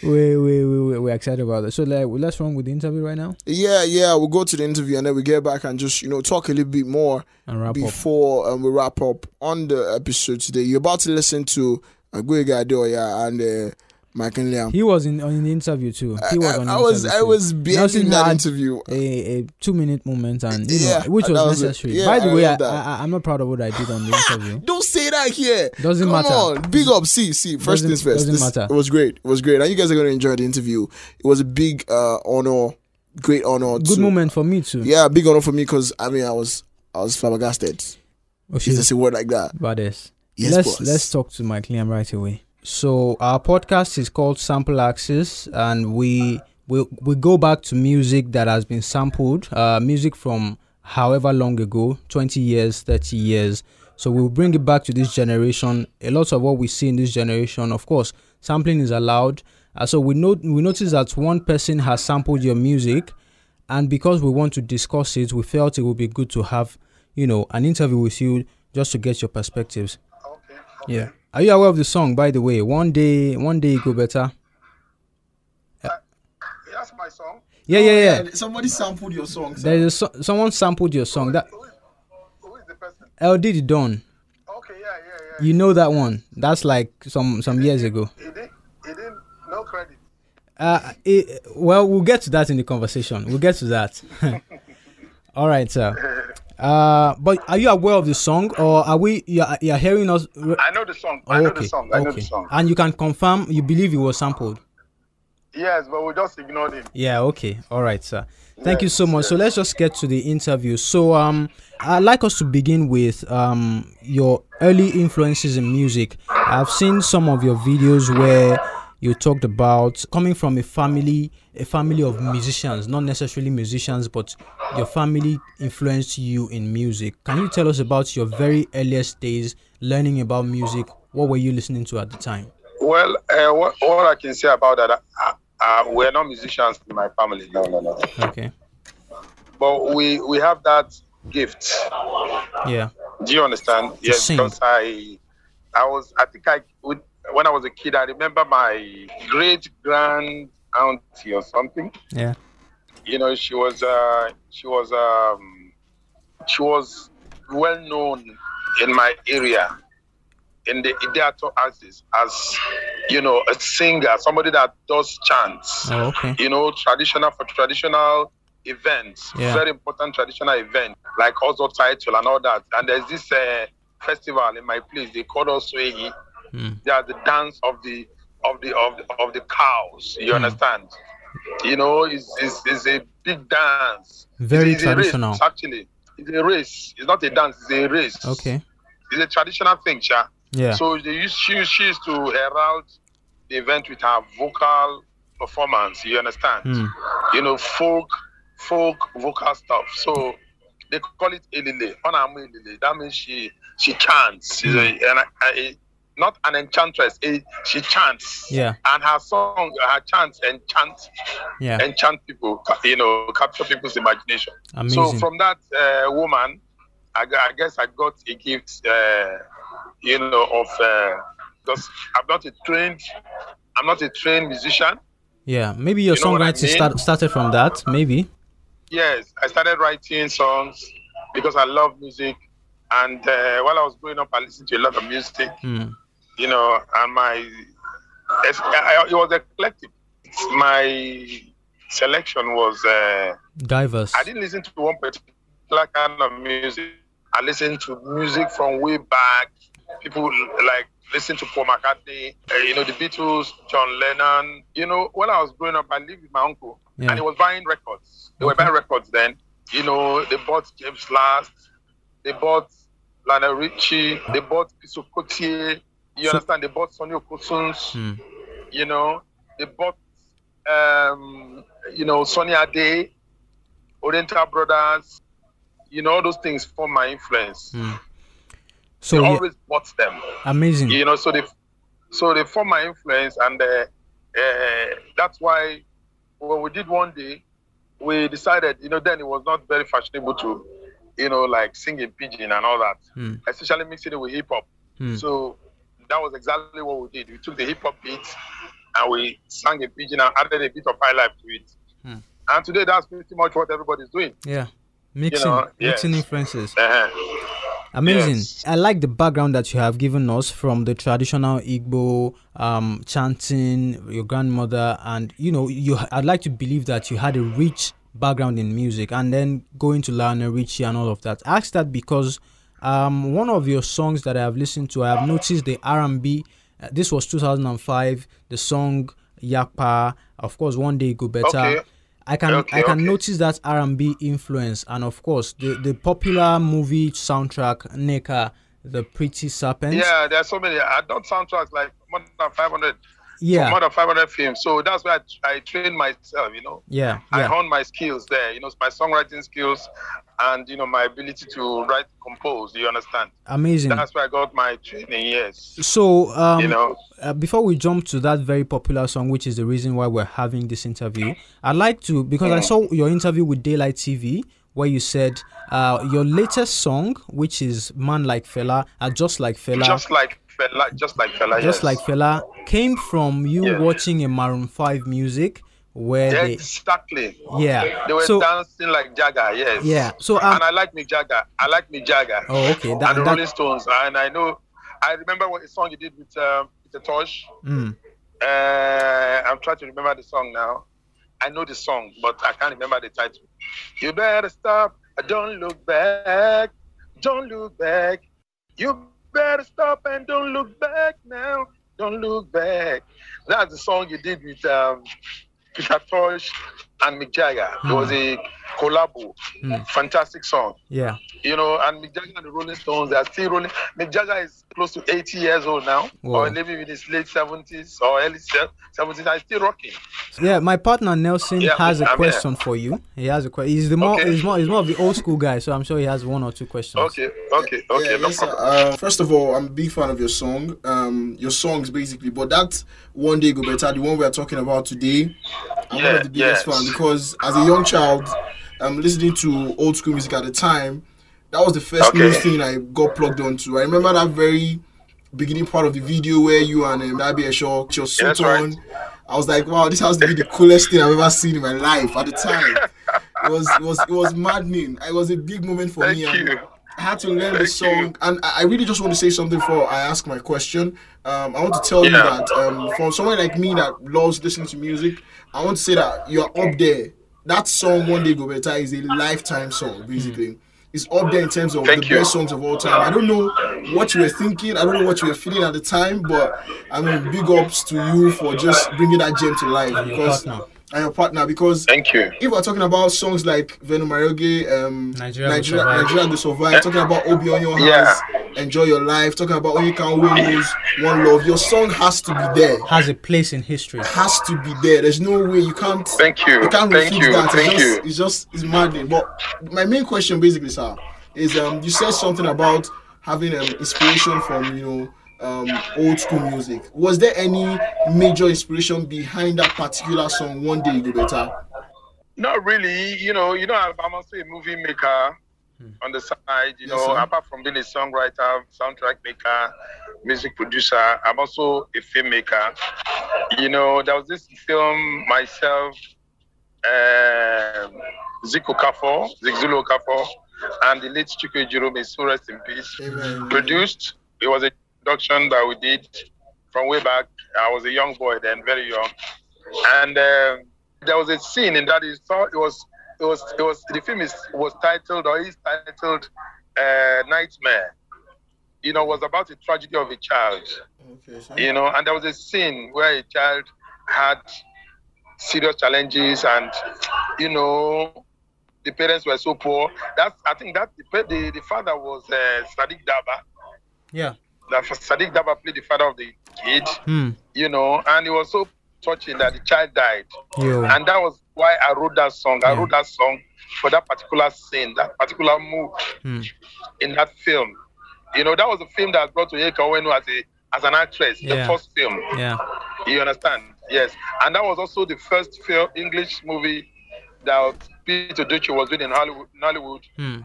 [SPEAKER 4] we, we, we, we, we're excited about it so like, let's run with the interview right now
[SPEAKER 3] [laughs] yeah, yeah. We'll go to the interview and then we get back and just you know talk a little bit more
[SPEAKER 4] and wrap up
[SPEAKER 3] before um, we wrap up on the episode today. You're about to listen to Agwega Adeoya and uh, Mike and Liam.
[SPEAKER 4] he was in on the interview too he was on
[SPEAKER 3] I, I
[SPEAKER 4] the
[SPEAKER 3] was
[SPEAKER 4] interview
[SPEAKER 3] I
[SPEAKER 4] too.
[SPEAKER 3] was behind
[SPEAKER 4] Nelson
[SPEAKER 3] that
[SPEAKER 4] had-
[SPEAKER 3] interview.
[SPEAKER 4] a, a two minute moment and you
[SPEAKER 3] Yeah,
[SPEAKER 4] know which
[SPEAKER 3] that
[SPEAKER 4] was
[SPEAKER 3] was it.
[SPEAKER 4] necessary
[SPEAKER 3] Yeah,
[SPEAKER 4] by the
[SPEAKER 3] I
[SPEAKER 4] way I,
[SPEAKER 3] love that.
[SPEAKER 4] I, I'm not proud of what I did
[SPEAKER 3] [laughs]
[SPEAKER 4] on the interview
[SPEAKER 3] Don't say that here.
[SPEAKER 4] Doesn't
[SPEAKER 3] Come
[SPEAKER 4] matter.
[SPEAKER 3] on, big up. See, see. 1st
[SPEAKER 4] Doesn't-
[SPEAKER 3] things first.
[SPEAKER 4] doesn't
[SPEAKER 3] This-
[SPEAKER 4] matter.
[SPEAKER 3] It was great. It was great, and you guys are gonna enjoy the interview. It was a big uh, honor, great honor.
[SPEAKER 4] good
[SPEAKER 3] to-
[SPEAKER 4] moment for me too
[SPEAKER 3] Yeah, big honor for me because I mean I was I was flabbergasted.
[SPEAKER 4] oh,
[SPEAKER 3] Is
[SPEAKER 4] she's
[SPEAKER 3] this a word like that?
[SPEAKER 4] badass
[SPEAKER 3] Yes,
[SPEAKER 4] let's
[SPEAKER 3] boss.
[SPEAKER 4] let's talk to Mike Liam right away. So our podcast is called Sample Access, and we we we go back to music that has been sampled, uh, music from however long ago, twenty years, thirty years. So we'll bring it back to this generation. A lot of what we see in this generation, of course, sampling is allowed. Uh, so we know we notice that one person has sampled your music, and because we want to discuss it, we felt it would be good to have you know an interview with you just to get your perspectives. Yeah. Are you aware of the song, by the way? One day, one day it go better.
[SPEAKER 5] That's my song.
[SPEAKER 4] Yeah, yeah, yeah.
[SPEAKER 3] Oh, Somebody sampled your song.
[SPEAKER 4] There is a so- someone sampled your song. That
[SPEAKER 5] Who is, who is the person?
[SPEAKER 4] LD the Don.
[SPEAKER 5] Okay, yeah, yeah, yeah.
[SPEAKER 4] You know that one. That's like some some years ago.
[SPEAKER 5] He didn't, he didn't, no credit.
[SPEAKER 4] Uh, it, well, we'll get to that in the conversation. We'll get to that. [laughs] All right, sir. Uh, but are you aware of the song, or are we? You're, you're hearing us? re-
[SPEAKER 5] I know the song.
[SPEAKER 4] Oh,
[SPEAKER 5] I know
[SPEAKER 4] okay,
[SPEAKER 5] the song. I know
[SPEAKER 4] okay.
[SPEAKER 5] the song.
[SPEAKER 4] And you can confirm you believe it was sampled.
[SPEAKER 5] Yes, but we just ignored him.
[SPEAKER 4] Yeah, okay. All right, sir. Thank you so much. So let's just get to the interview. So um I'd like us to begin with um your early influences in music. I've seen some of your videos where you talked about coming from a family a family of musicians, not necessarily musicians, but your family influenced you in music. Can you tell us about your very earliest days learning about music? What were you listening to at the time?
[SPEAKER 5] Well, uh, what, all I can say about that, uh, uh, we're not musicians in my family. No, no, no.
[SPEAKER 4] Okay.
[SPEAKER 5] But we, we have that gift.
[SPEAKER 4] Yeah.
[SPEAKER 5] Do you understand? Yes,
[SPEAKER 4] sing.
[SPEAKER 5] because I, I was, I think I, would- when I was a kid, I remember my great grand auntie or something.
[SPEAKER 4] Yeah.
[SPEAKER 5] you know she was uh she was um she was well known in my area in the ideato artists as you know a singer somebody that does chants
[SPEAKER 4] Oh, okay.
[SPEAKER 5] you know traditional for traditional events
[SPEAKER 4] Yeah.
[SPEAKER 5] very important traditional event like also title and all that and there's this uh, festival in my place they call us Swahili.
[SPEAKER 4] Mm.
[SPEAKER 5] they are the dance of the of the of the, of the cows you
[SPEAKER 4] Hmm.
[SPEAKER 5] understand you know it's, it's, it's a big dance
[SPEAKER 4] Very
[SPEAKER 5] it's, it's a race,
[SPEAKER 4] traditional.
[SPEAKER 5] actually it's a race it's not a dance it's a race
[SPEAKER 4] Okay.
[SPEAKER 5] it's a traditional thing yeah
[SPEAKER 4] Yeah.
[SPEAKER 5] so they used, she, she used to herald the event with her vocal performance. You understand?
[SPEAKER 4] Hmm.
[SPEAKER 5] You know, folk, folk vocal stuff. So they call it elile, onamu elile. That means she she chants.
[SPEAKER 4] Hmm.
[SPEAKER 5] She's a, and I, I- not an enchantress. a- she chants.
[SPEAKER 4] Yeah.
[SPEAKER 5] And her song, her chants enchant
[SPEAKER 4] Yeah.
[SPEAKER 5] enchant people. ca- You know, capture people's imagination. So
[SPEAKER 4] Amazing.
[SPEAKER 5] from that uh, woman, I, gu- I guess I got a gift, uh, you know, of uh, because I'm not a trained, I'm not a trained musician.
[SPEAKER 4] Yeah, maybe your
[SPEAKER 5] You know what I
[SPEAKER 4] songwriting
[SPEAKER 5] mean?
[SPEAKER 4] start, started from that. Maybe.
[SPEAKER 5] Yes, I started writing songs because I love music, and uh, while I was growing up, I listened to a lot of music,
[SPEAKER 4] Mm.
[SPEAKER 5] you know, and my it's- I- I- it was eclectic. My selection was. Uh,
[SPEAKER 4] Diverse.
[SPEAKER 5] I didn't listen to one particular kind of music. I listen to music from way back. People like listen to Paul McCartney, uh, you know, the Beatles, John Lennon. You know, when I was growing up, I lived with my uncle,
[SPEAKER 4] Yeah.
[SPEAKER 5] and he was buying records. They were buying records then. You know, they bought James Last, they bought Lionel Richie, they bought Piso Cotier. You
[SPEAKER 4] So-
[SPEAKER 5] understand? They bought Sonny Okusun's
[SPEAKER 4] Hmm.
[SPEAKER 5] you know, they bought, um, you know, Sonia Day, Oriental Brothers, you know, all those things form my influence. They
[SPEAKER 4] Hmm. So yeah,
[SPEAKER 5] always bought them,
[SPEAKER 4] amazing.
[SPEAKER 5] you know, so they, so they form my influence, and uh, uh, that's why when we did one day, we decided, you know, then it was not very fashionable to, you know, like sing in pidgin and all that,
[SPEAKER 4] Hmm.
[SPEAKER 5] especially mixing it with hip hop.
[SPEAKER 4] Hmm.
[SPEAKER 5] So that was exactly what we did. We took the hip hop beat and we sang a pigeon and added a bit of high life to it.
[SPEAKER 4] Hmm.
[SPEAKER 5] And today, that's pretty much what everybody's doing.
[SPEAKER 4] Yeah. Mixing,
[SPEAKER 5] yes.
[SPEAKER 4] mixing influences.
[SPEAKER 5] Uh-huh.
[SPEAKER 4] Amazing.
[SPEAKER 5] Yes.
[SPEAKER 4] I like the background that you have given us from the traditional Igbo um, chanting, your grandmother, and you know, you. I'd like to believe that you had a rich background in music, and then going to Lionel Richie and all of that. I ask that because um, one of your songs that I have listened to, I have noticed the R&B. uh, this was 2005. The song Yakpa, of course, one day go better.
[SPEAKER 5] Okay.
[SPEAKER 4] I can
[SPEAKER 5] Okay,
[SPEAKER 4] I can
[SPEAKER 5] okay.
[SPEAKER 4] notice that R&B influence and of course the, the popular movie soundtrack Neka the Pretty Serpent.
[SPEAKER 5] Yeah, there are so many. I done soundtracks like more than 500,
[SPEAKER 4] Yeah.
[SPEAKER 5] more than 500 films. So that's where I, I train myself, you know.
[SPEAKER 4] Yeah.
[SPEAKER 5] I
[SPEAKER 4] yeah.
[SPEAKER 5] honed my skills there, you know, my songwriting skills and, you know, my ability to write, compose, you understand?
[SPEAKER 4] Amazing.
[SPEAKER 5] That's where I got my training, yes.
[SPEAKER 4] So um
[SPEAKER 5] you know,
[SPEAKER 4] uh, before we jump to that very popular song, which is the reason why we're having this interview, I'd like to because
[SPEAKER 5] Mm.
[SPEAKER 4] I saw your interview with Daylight TV where you said uh, your latest song, which is Man Like Fella, uh, Just Like Fella,
[SPEAKER 5] just like fella, just like fella,
[SPEAKER 4] Just
[SPEAKER 5] yes.
[SPEAKER 4] Like Fella, came from you
[SPEAKER 5] Yeah.
[SPEAKER 4] watching a Maroon Five music where they
[SPEAKER 5] Exactly.
[SPEAKER 4] Yeah.
[SPEAKER 5] They were
[SPEAKER 4] So-
[SPEAKER 5] dancing like Jagger, yes.
[SPEAKER 4] Yeah. So, um,
[SPEAKER 5] and I like Mick Jagger. I like Mick Jagger.
[SPEAKER 4] Oh, okay. That-
[SPEAKER 5] and the
[SPEAKER 4] that-
[SPEAKER 5] Rolling Stones. And I know, I remember what a song you did with um, Peter Tosh.
[SPEAKER 4] Mm.
[SPEAKER 5] Uh, I'm trying to remember the song now. I know the song, but I can't remember the title. You better stop. Don't look back. Don't look back. You better stop and don't look back now. Don't look back. That's the song you did with um, Peter Tosh and Mick Jagger. It was a collabo. Fantastic song.
[SPEAKER 4] yeah.
[SPEAKER 5] You know, and Mick Jagger and the Rolling Stones they are still rolling. Mick Jagger is close to 80 years old now,
[SPEAKER 4] Wow.
[SPEAKER 5] or living in his late 70s or early 70s, and still rocking.
[SPEAKER 4] Yeah, my partner Nelson
[SPEAKER 5] Yeah,
[SPEAKER 4] has a
[SPEAKER 5] I'm here.
[SPEAKER 4] question for you. He has a question. He's the more
[SPEAKER 5] Okay.
[SPEAKER 4] he's more he's more of the old school guy, so I'm sure he has one or two questions.
[SPEAKER 5] Okay, okay, okay,
[SPEAKER 3] Yeah,
[SPEAKER 5] no
[SPEAKER 3] listen,
[SPEAKER 5] problem.
[SPEAKER 3] uh, first of all, I'm a big fan of your song, um, your songs basically. But that one day go better, the one we are talking about today, I'm one
[SPEAKER 5] Yeah,
[SPEAKER 3] of the biggest
[SPEAKER 5] yes.
[SPEAKER 3] fan because as a young child, I'm listening to old school music at the time. That was the first
[SPEAKER 5] Okay.
[SPEAKER 3] new thing I got plugged onto. I remember that very beginning part of the video where you and um, Nabi Esho, your suit
[SPEAKER 5] that's right.
[SPEAKER 3] on. I was like, wow, this has to be the coolest thing I've ever seen in my life at the time. It was it was it was maddening. It was a big moment for
[SPEAKER 5] Thank
[SPEAKER 3] me. and
[SPEAKER 5] you.
[SPEAKER 3] I had to learn the
[SPEAKER 5] Thank you.
[SPEAKER 3] song, and I I really just want to say something before I ask my question. Um, I want to tell you
[SPEAKER 5] Yeah.
[SPEAKER 3] that um, for someone like me that loves listening to music, I want to say that you're up there. That song "One Day Go Better" is a lifetime song, basically. It's up there in terms of
[SPEAKER 5] Hmm. Thank
[SPEAKER 3] the
[SPEAKER 5] you.
[SPEAKER 3] best songs of all time. I don't know what you were thinking. I don't know what you were feeling at the time, but I mean, big ups to you for just bringing that gem to life
[SPEAKER 4] your
[SPEAKER 3] because
[SPEAKER 4] partner.
[SPEAKER 3] and your partner because
[SPEAKER 5] Thank you.
[SPEAKER 3] if we're talking about songs like Venom Marioge, um,
[SPEAKER 4] Nigeria Will
[SPEAKER 3] Nigeria,
[SPEAKER 4] Survive.
[SPEAKER 3] Nigeria Will Survive, talking about Obi on your
[SPEAKER 5] Yeah.
[SPEAKER 3] hands, enjoy your life, talking about all you can lose, one love, your song has to be there.
[SPEAKER 4] Has a place in history.
[SPEAKER 3] Has to be there. There's no way you can't.
[SPEAKER 5] Thank you.
[SPEAKER 3] can't
[SPEAKER 5] Thank
[SPEAKER 3] refute
[SPEAKER 5] you.
[SPEAKER 3] that.
[SPEAKER 5] Thank
[SPEAKER 3] it's just,
[SPEAKER 5] you.
[SPEAKER 3] It's just it's maddening. But my main question, basically, sir, is um, you said something about having um, inspiration from you know um, old school music. Was there any major inspiration behind that particular song? One day you do better.
[SPEAKER 5] Not really. You know, you know, I'm I'm also a movie maker on the side. You
[SPEAKER 3] Hmm. Yes,
[SPEAKER 5] know,
[SPEAKER 3] sir.
[SPEAKER 5] apart from being a songwriter, soundtrack maker, music producer, I'm also a filmmaker. You know, there was this film myself, um Zico Kafo, Zixulo Kafo, and the late Chico Ejiro, may so rest in peace.
[SPEAKER 3] Amen.
[SPEAKER 5] Produced. It was a production that we did from way back. I was a young boy then, very young and um, there was a scene in that it, saw, it was it was it was the film is was titled or is titled uh, Nightmare, you know, was about the tragedy of a child,
[SPEAKER 3] Okay, so
[SPEAKER 5] you know, and there was a scene where a child had serious challenges and, you know, the parents were so poor. That's, I think that the, pa- the, the father was uh, Sadiq Daba.
[SPEAKER 4] Yeah.
[SPEAKER 5] That Sadiq Daba played the father of the kid,
[SPEAKER 4] Hmm.
[SPEAKER 5] you know, and it was so touching that the child died.
[SPEAKER 4] Yo.
[SPEAKER 5] And that was why I wrote that song. I
[SPEAKER 4] Yeah.
[SPEAKER 5] wrote that song for that particular scene, that particular move
[SPEAKER 4] Hmm.
[SPEAKER 5] in that film. You know, that was a film that brought to Eka Owenu as a as an actress,
[SPEAKER 4] Yeah.
[SPEAKER 5] the first film.
[SPEAKER 4] Yeah.
[SPEAKER 5] You understand? Yes. And that was also the first film English movie that Peter Ducci was doing in Hollywood, in Hollywood
[SPEAKER 4] Hmm.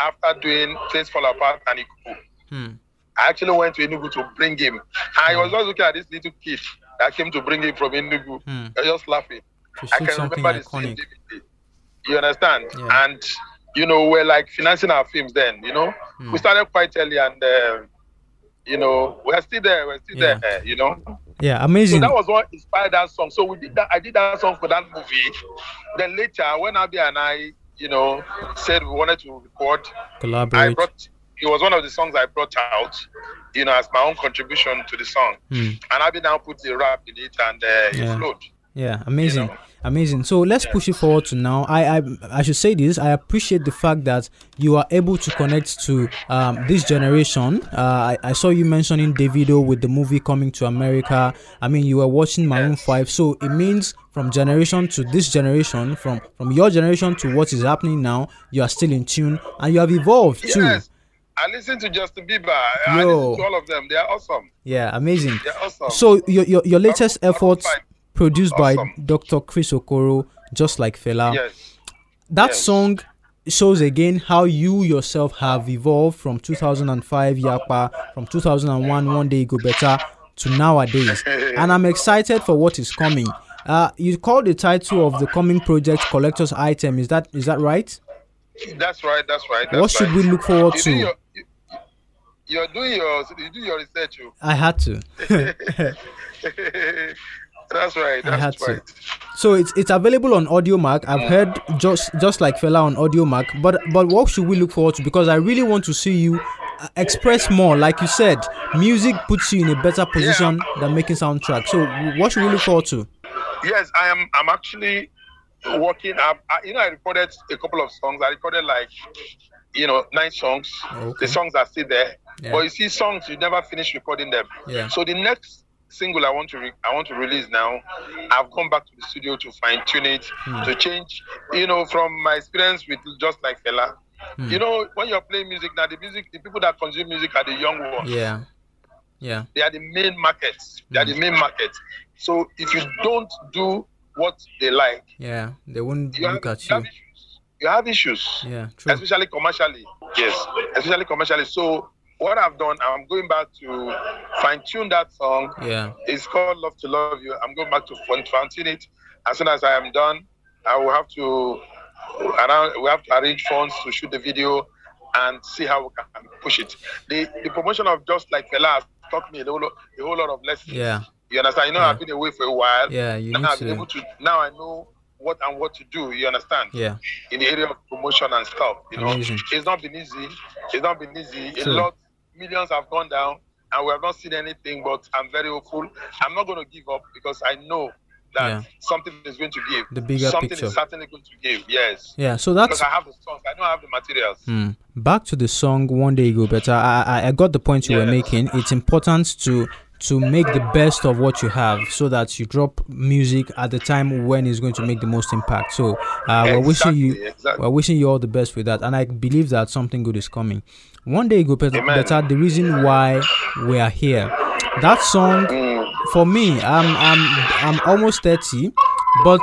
[SPEAKER 5] after doing Things Fall Apart and Ikuku.
[SPEAKER 4] Hmm.
[SPEAKER 5] I actually went to Enugu to bring him. I was just looking at this little kid that came to bring him from Enugu.
[SPEAKER 4] Hmm.
[SPEAKER 5] I was just laughing.
[SPEAKER 4] To
[SPEAKER 5] I
[SPEAKER 4] shoot
[SPEAKER 5] can
[SPEAKER 4] something
[SPEAKER 5] remember the same
[SPEAKER 4] iconic.
[SPEAKER 5] DVD. You understand?
[SPEAKER 4] Yeah.
[SPEAKER 5] And you know, we're like financing our films then. You know,
[SPEAKER 4] Hmm.
[SPEAKER 5] we started quite early, and uh, you know, we're still there. We're still
[SPEAKER 4] Yeah.
[SPEAKER 5] there. You know,
[SPEAKER 4] Yeah.
[SPEAKER 5] so
[SPEAKER 4] Amazing.
[SPEAKER 5] that was what inspired that song. So we did that. I did that song for that movie. Then later, when Abby and I, you know, said we wanted to record, I
[SPEAKER 4] Collaborate.
[SPEAKER 5] brought. It was one of the songs I brought out, you know, as my own contribution to the song.
[SPEAKER 4] Hmm.
[SPEAKER 5] And Abby now put the rap in it, and uh,
[SPEAKER 4] Yeah.
[SPEAKER 5] it flowed.
[SPEAKER 4] Yeah, amazing,
[SPEAKER 5] know?
[SPEAKER 4] amazing. So let's push it forward to now. I, I I should say this. I appreciate the fact that you are able to connect to um, this generation. Uh, I, I saw you mentioning Davido with the movie coming to America. I mean, you were watching Maroon Five, so it means from generation to this generation, from from your generation to what is happening now, you are still in tune and you have evolved too.
[SPEAKER 5] Yes. I listen to Justin Bieber. I
[SPEAKER 4] Yo.
[SPEAKER 5] listen to all of them. They are awesome.
[SPEAKER 4] Yeah, amazing.
[SPEAKER 5] They're awesome.
[SPEAKER 4] So your your, your latest
[SPEAKER 5] Maroon
[SPEAKER 4] efforts
[SPEAKER 5] five.
[SPEAKER 4] produced
[SPEAKER 5] Awesome.
[SPEAKER 4] by Dr. Chris Okoro, just like Fela.
[SPEAKER 5] yes.
[SPEAKER 4] that
[SPEAKER 5] Yes.
[SPEAKER 4] song shows again how you yourself have evolved from 2005 Yapa, from 2001 One Day Go Better to
[SPEAKER 5] [laughs]
[SPEAKER 4] nowadays, and I'm excited for what is coming. Uh, you call the title of the coming project "Collector's Item." Is that is that right?
[SPEAKER 5] That's right. That's right. That's
[SPEAKER 4] what should
[SPEAKER 5] right.
[SPEAKER 4] we look forward
[SPEAKER 5] You do
[SPEAKER 4] to?
[SPEAKER 5] your, you, you're doing your you do your research. You.
[SPEAKER 4] I had to.
[SPEAKER 5] [laughs] that's right. That's
[SPEAKER 4] I had to.
[SPEAKER 5] right.
[SPEAKER 4] So it's it's available on Audio Mac. I've heard just just like Fela on Audio Mac, but but what should we look forward to? Because I really want to see you uh, express more. Like you said, music puts you in a better position than making soundtrack. So w- what should we look forward to?
[SPEAKER 5] Yes, I am. I'm actually working. up. I, you know, I recorded a couple of songs. I recorded like, you know, nine songs.
[SPEAKER 4] Okay.
[SPEAKER 5] The songs are still there.
[SPEAKER 4] Yeah.
[SPEAKER 5] But you see, songs you never finish recording them.
[SPEAKER 4] Yeah.
[SPEAKER 5] So the next single I want to re- I want to release now, I've gone back to the studio to fine tune it,
[SPEAKER 4] Hmm.
[SPEAKER 5] to change. You know, from my experience with just like fella.
[SPEAKER 4] Hmm.
[SPEAKER 5] You know, when you're playing music now, the music, the people that consume music are the young ones
[SPEAKER 4] Yeah, yeah,
[SPEAKER 5] they are the main markets. They are the main market. So if you don't do what they like,
[SPEAKER 4] yeah. They won't
[SPEAKER 5] you, have, you have issues. You have issues,
[SPEAKER 4] Yeah,
[SPEAKER 5] especially commercially. Yes, especially commercially. So what I've done, I'm going back to fine tune that song.
[SPEAKER 4] Yeah,
[SPEAKER 5] It's called Love to Love You. I'm going back to fine tune it. As soon as I am done, I will have to around. We have to arrange funds to shoot the video and see how we can push it. The the promotion of just like Fela has taught me a whole, lot- a whole lot of lessons. You understand? You know, I've been away for a while.
[SPEAKER 4] Yeah, you need
[SPEAKER 5] Now I've been
[SPEAKER 4] to-
[SPEAKER 5] able to. Now I know what and what to do. You understand?
[SPEAKER 4] yeah,
[SPEAKER 5] in the area of promotion and stuff. You know,
[SPEAKER 4] Amazing.
[SPEAKER 5] it's not been easy. It's not been easy.
[SPEAKER 4] True.
[SPEAKER 5] A lot, millions have gone down, and we have not seen anything. But I'm very hopeful. I'm not going to give up because I know that
[SPEAKER 4] Yeah.
[SPEAKER 5] something is going to give.
[SPEAKER 4] The bigger
[SPEAKER 5] something
[SPEAKER 4] picture.
[SPEAKER 5] is certainly going to give. Yes,
[SPEAKER 4] yeah. So that's
[SPEAKER 5] because I have the songs. I know I have the materials.
[SPEAKER 4] Mm. Back to the song "One Day You Go Better." I I, I got the point you were
[SPEAKER 5] Yes.
[SPEAKER 4] making. It's important to to make the best of what you have, so that you drop music at the time when it's going to make the most impact. So uh, we're wishing you
[SPEAKER 5] Exactly, exactly.
[SPEAKER 4] we're wishing you all the best with that, and I believe that something good is coming. One day you go better.
[SPEAKER 5] Amen.
[SPEAKER 4] better the reason why we are here. That song
[SPEAKER 5] Hmm.
[SPEAKER 4] for me, I'm I'm I'm almost 30, but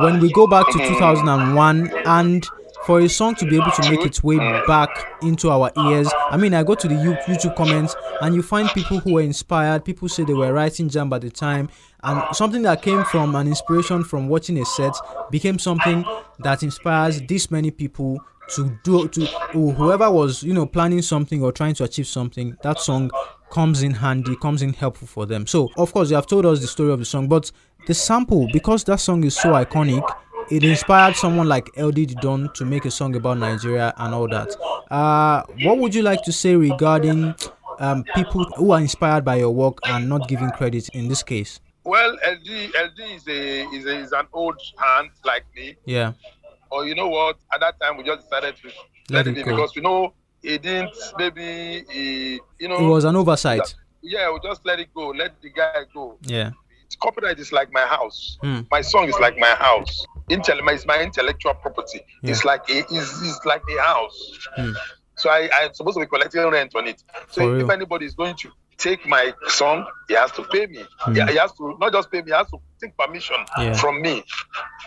[SPEAKER 4] when we go back to 2001 and for a song to be able to make its way back into our ears, I mean, I go to the You- YouTube comments and you find people who were inspired. People say they were writing jam at the time, and something that came from an inspiration from watching a set became something that inspires this many people to do to who- whoever was you know planning something or trying to achieve something that song comes in handy comes in helpful for them so of course you have told us the story of the song but the sample because that song is so iconic it inspired someone like LD Don to make a song about Nigeria and all that. Uh, what would you like to say regarding um, people who are inspired by your work and not giving credit in this case?
[SPEAKER 5] Well, LD, LD is a, is a is an old hand like me.
[SPEAKER 4] Yeah,
[SPEAKER 5] Or you know what? At that time, we just decided to
[SPEAKER 4] Let
[SPEAKER 5] let,
[SPEAKER 4] it
[SPEAKER 5] it be
[SPEAKER 4] go.
[SPEAKER 5] because you know he didn't. Maybe he, you know.
[SPEAKER 4] it was an oversight.
[SPEAKER 5] yeah, we just let it go. Let the guy go.
[SPEAKER 4] Yeah,
[SPEAKER 5] Copyright is like my house.
[SPEAKER 4] Hmm.
[SPEAKER 5] My song is like my house. Intell- my- it's my intellectual property. It's like a, it's, it's like a house.
[SPEAKER 4] Hmm.
[SPEAKER 5] So I, I'm supposed to be collecting rent on it. So
[SPEAKER 4] For
[SPEAKER 5] if
[SPEAKER 4] real.
[SPEAKER 5] anybody is going to take my song, he has to pay me.
[SPEAKER 4] Hmm.
[SPEAKER 5] Yeah, he has to not just pay me, he has to take permission
[SPEAKER 4] Yeah.
[SPEAKER 5] from me.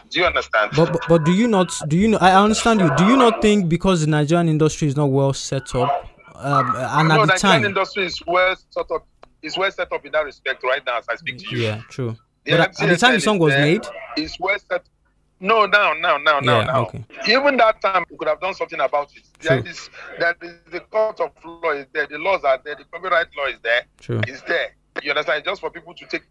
[SPEAKER 5] Do you understand?
[SPEAKER 4] but, but but do you not do you know? I understand you. Do you not think because the Nigerian industry is not well set up, um, and
[SPEAKER 5] no,
[SPEAKER 4] at the
[SPEAKER 5] Nigerian
[SPEAKER 4] time,
[SPEAKER 5] industry is well set up. Is well set up in that respect right now as I speak to you.
[SPEAKER 4] yeah, true.
[SPEAKER 5] The
[SPEAKER 4] But at, at the
[SPEAKER 5] MCSN
[SPEAKER 4] time the
[SPEAKER 5] is
[SPEAKER 4] song was
[SPEAKER 5] there.
[SPEAKER 4] made,
[SPEAKER 5] It's well set. No, now, now, now, now,
[SPEAKER 4] Yeah,
[SPEAKER 5] now.
[SPEAKER 4] okay.
[SPEAKER 5] Even that time, we could have done something about it. There
[SPEAKER 4] True.
[SPEAKER 5] is, there is the court of law is there, the laws are there, the copyright law is there,
[SPEAKER 4] true.
[SPEAKER 5] it's there. You understand? Just for people to take,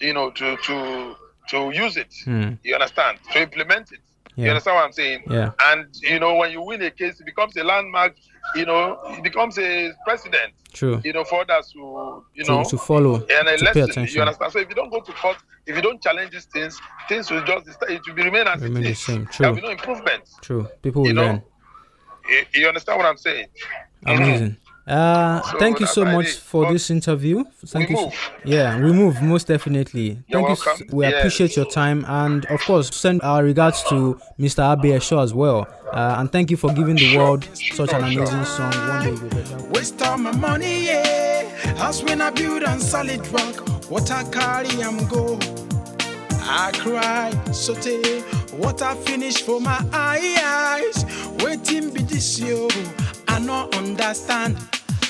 [SPEAKER 5] you know, to to to use it.
[SPEAKER 4] Hmm.
[SPEAKER 5] You understand? To implement it. You
[SPEAKER 4] Yeah.
[SPEAKER 5] understand what I'm saying?
[SPEAKER 4] Yeah.
[SPEAKER 5] And you know, when you win a case, it becomes a landmark. You know, it becomes a precedent.
[SPEAKER 4] True.
[SPEAKER 5] You know, for others who, you
[SPEAKER 4] To,
[SPEAKER 5] know,
[SPEAKER 4] to follow,
[SPEAKER 5] and a
[SPEAKER 4] to pay
[SPEAKER 5] lesson. You
[SPEAKER 4] attention,
[SPEAKER 5] understand? So if you don't go to court, if you don't challenge these things, things will just it will remain as
[SPEAKER 4] remain
[SPEAKER 5] it
[SPEAKER 4] the
[SPEAKER 5] is.
[SPEAKER 4] same.
[SPEAKER 5] There will
[SPEAKER 4] True,
[SPEAKER 5] be no improvement.
[SPEAKER 4] true. People will
[SPEAKER 5] You know,
[SPEAKER 4] learn.
[SPEAKER 5] You, you understand what I'm saying?
[SPEAKER 4] Amazing. Uh,
[SPEAKER 5] So
[SPEAKER 4] thank you
[SPEAKER 5] that's
[SPEAKER 4] so
[SPEAKER 5] my
[SPEAKER 4] much
[SPEAKER 5] day.
[SPEAKER 4] for
[SPEAKER 5] But
[SPEAKER 4] this interview. Thank you. so-
[SPEAKER 5] move.
[SPEAKER 4] Yeah, we move most definitely.
[SPEAKER 5] You're
[SPEAKER 4] thank you. s-
[SPEAKER 5] welcome.
[SPEAKER 4] We
[SPEAKER 5] Yes.
[SPEAKER 4] appreciate your time and of course send our regards to Mr. Abe Shaw as well. Uh, and thank you for giving the world such an amazing song. One day you'll be better.
[SPEAKER 6] Waste all my money, yeah. House when I build on solid rock. What I carry, I'm go. I cry, saute. What I finish for my eyes. Waiting be this yo. I no understand.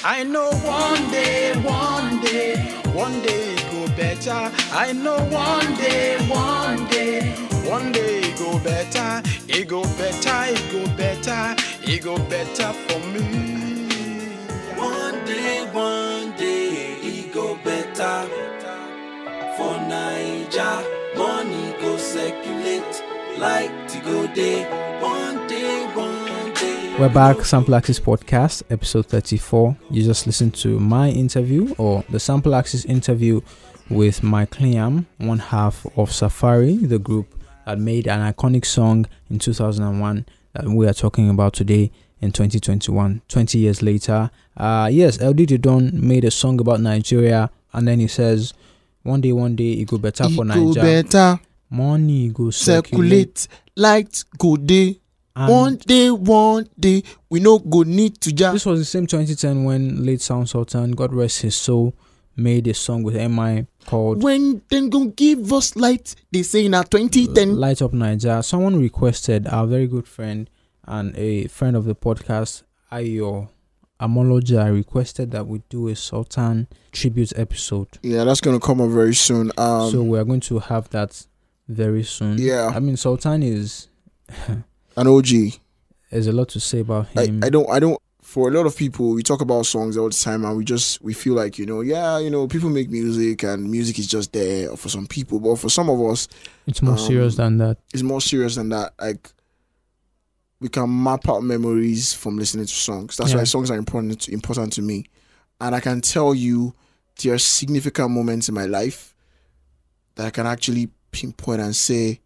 [SPEAKER 6] I know one day, one day, one day it go better. I know one day, one day, one day it go better. It go better, it go better, it go better for me.
[SPEAKER 7] One day, one day, e go better. For Naija, money go circulate like to go day. One day, one day.
[SPEAKER 4] We're back, Sample Axis Podcast, episode 34. You just listened to my interview or the Sample Axis interview with Mike Liam, one half of Safari, the group that made an iconic song in 2001 that we are talking about today in 2021, 20 years later. Uh, yes, LD Don made a song about Nigeria and then he says, One day, one day, it go better for
[SPEAKER 3] It go
[SPEAKER 4] Nigeria.
[SPEAKER 3] better
[SPEAKER 4] Money go circulate.
[SPEAKER 3] circulate light go day.
[SPEAKER 4] and-
[SPEAKER 3] one day, one day we no go need to just.
[SPEAKER 4] This was the same 2010 when late Sound Sultan, God rest his soul, made a song with MI called
[SPEAKER 3] When them gonna give us light, they say na 2010.
[SPEAKER 4] Light Up Niger. Someone requested our very good friend and a friend of the podcast, Ayo Amoloja, requested that we do a Sultan tribute episode.
[SPEAKER 3] Yeah, that's gonna come up very soon. Um,
[SPEAKER 4] so we are going to have that very soon.
[SPEAKER 3] Yeah.
[SPEAKER 4] I mean, Sultan is.
[SPEAKER 3] an OG.
[SPEAKER 4] There's a lot to say about
[SPEAKER 3] I,
[SPEAKER 4] him.
[SPEAKER 3] I don't I don't for a lot of people we talk about songs all the time and we just we feel like you know yeah you know people make music and music is just there for some people but for some of us
[SPEAKER 4] it's more serious than that.
[SPEAKER 3] it's more serious than that like we can map out memories from listening to songs that's
[SPEAKER 4] Yeah.
[SPEAKER 3] why songs are important to, important to me and I can tell you there are significant moments in my life that I can actually pinpoint and say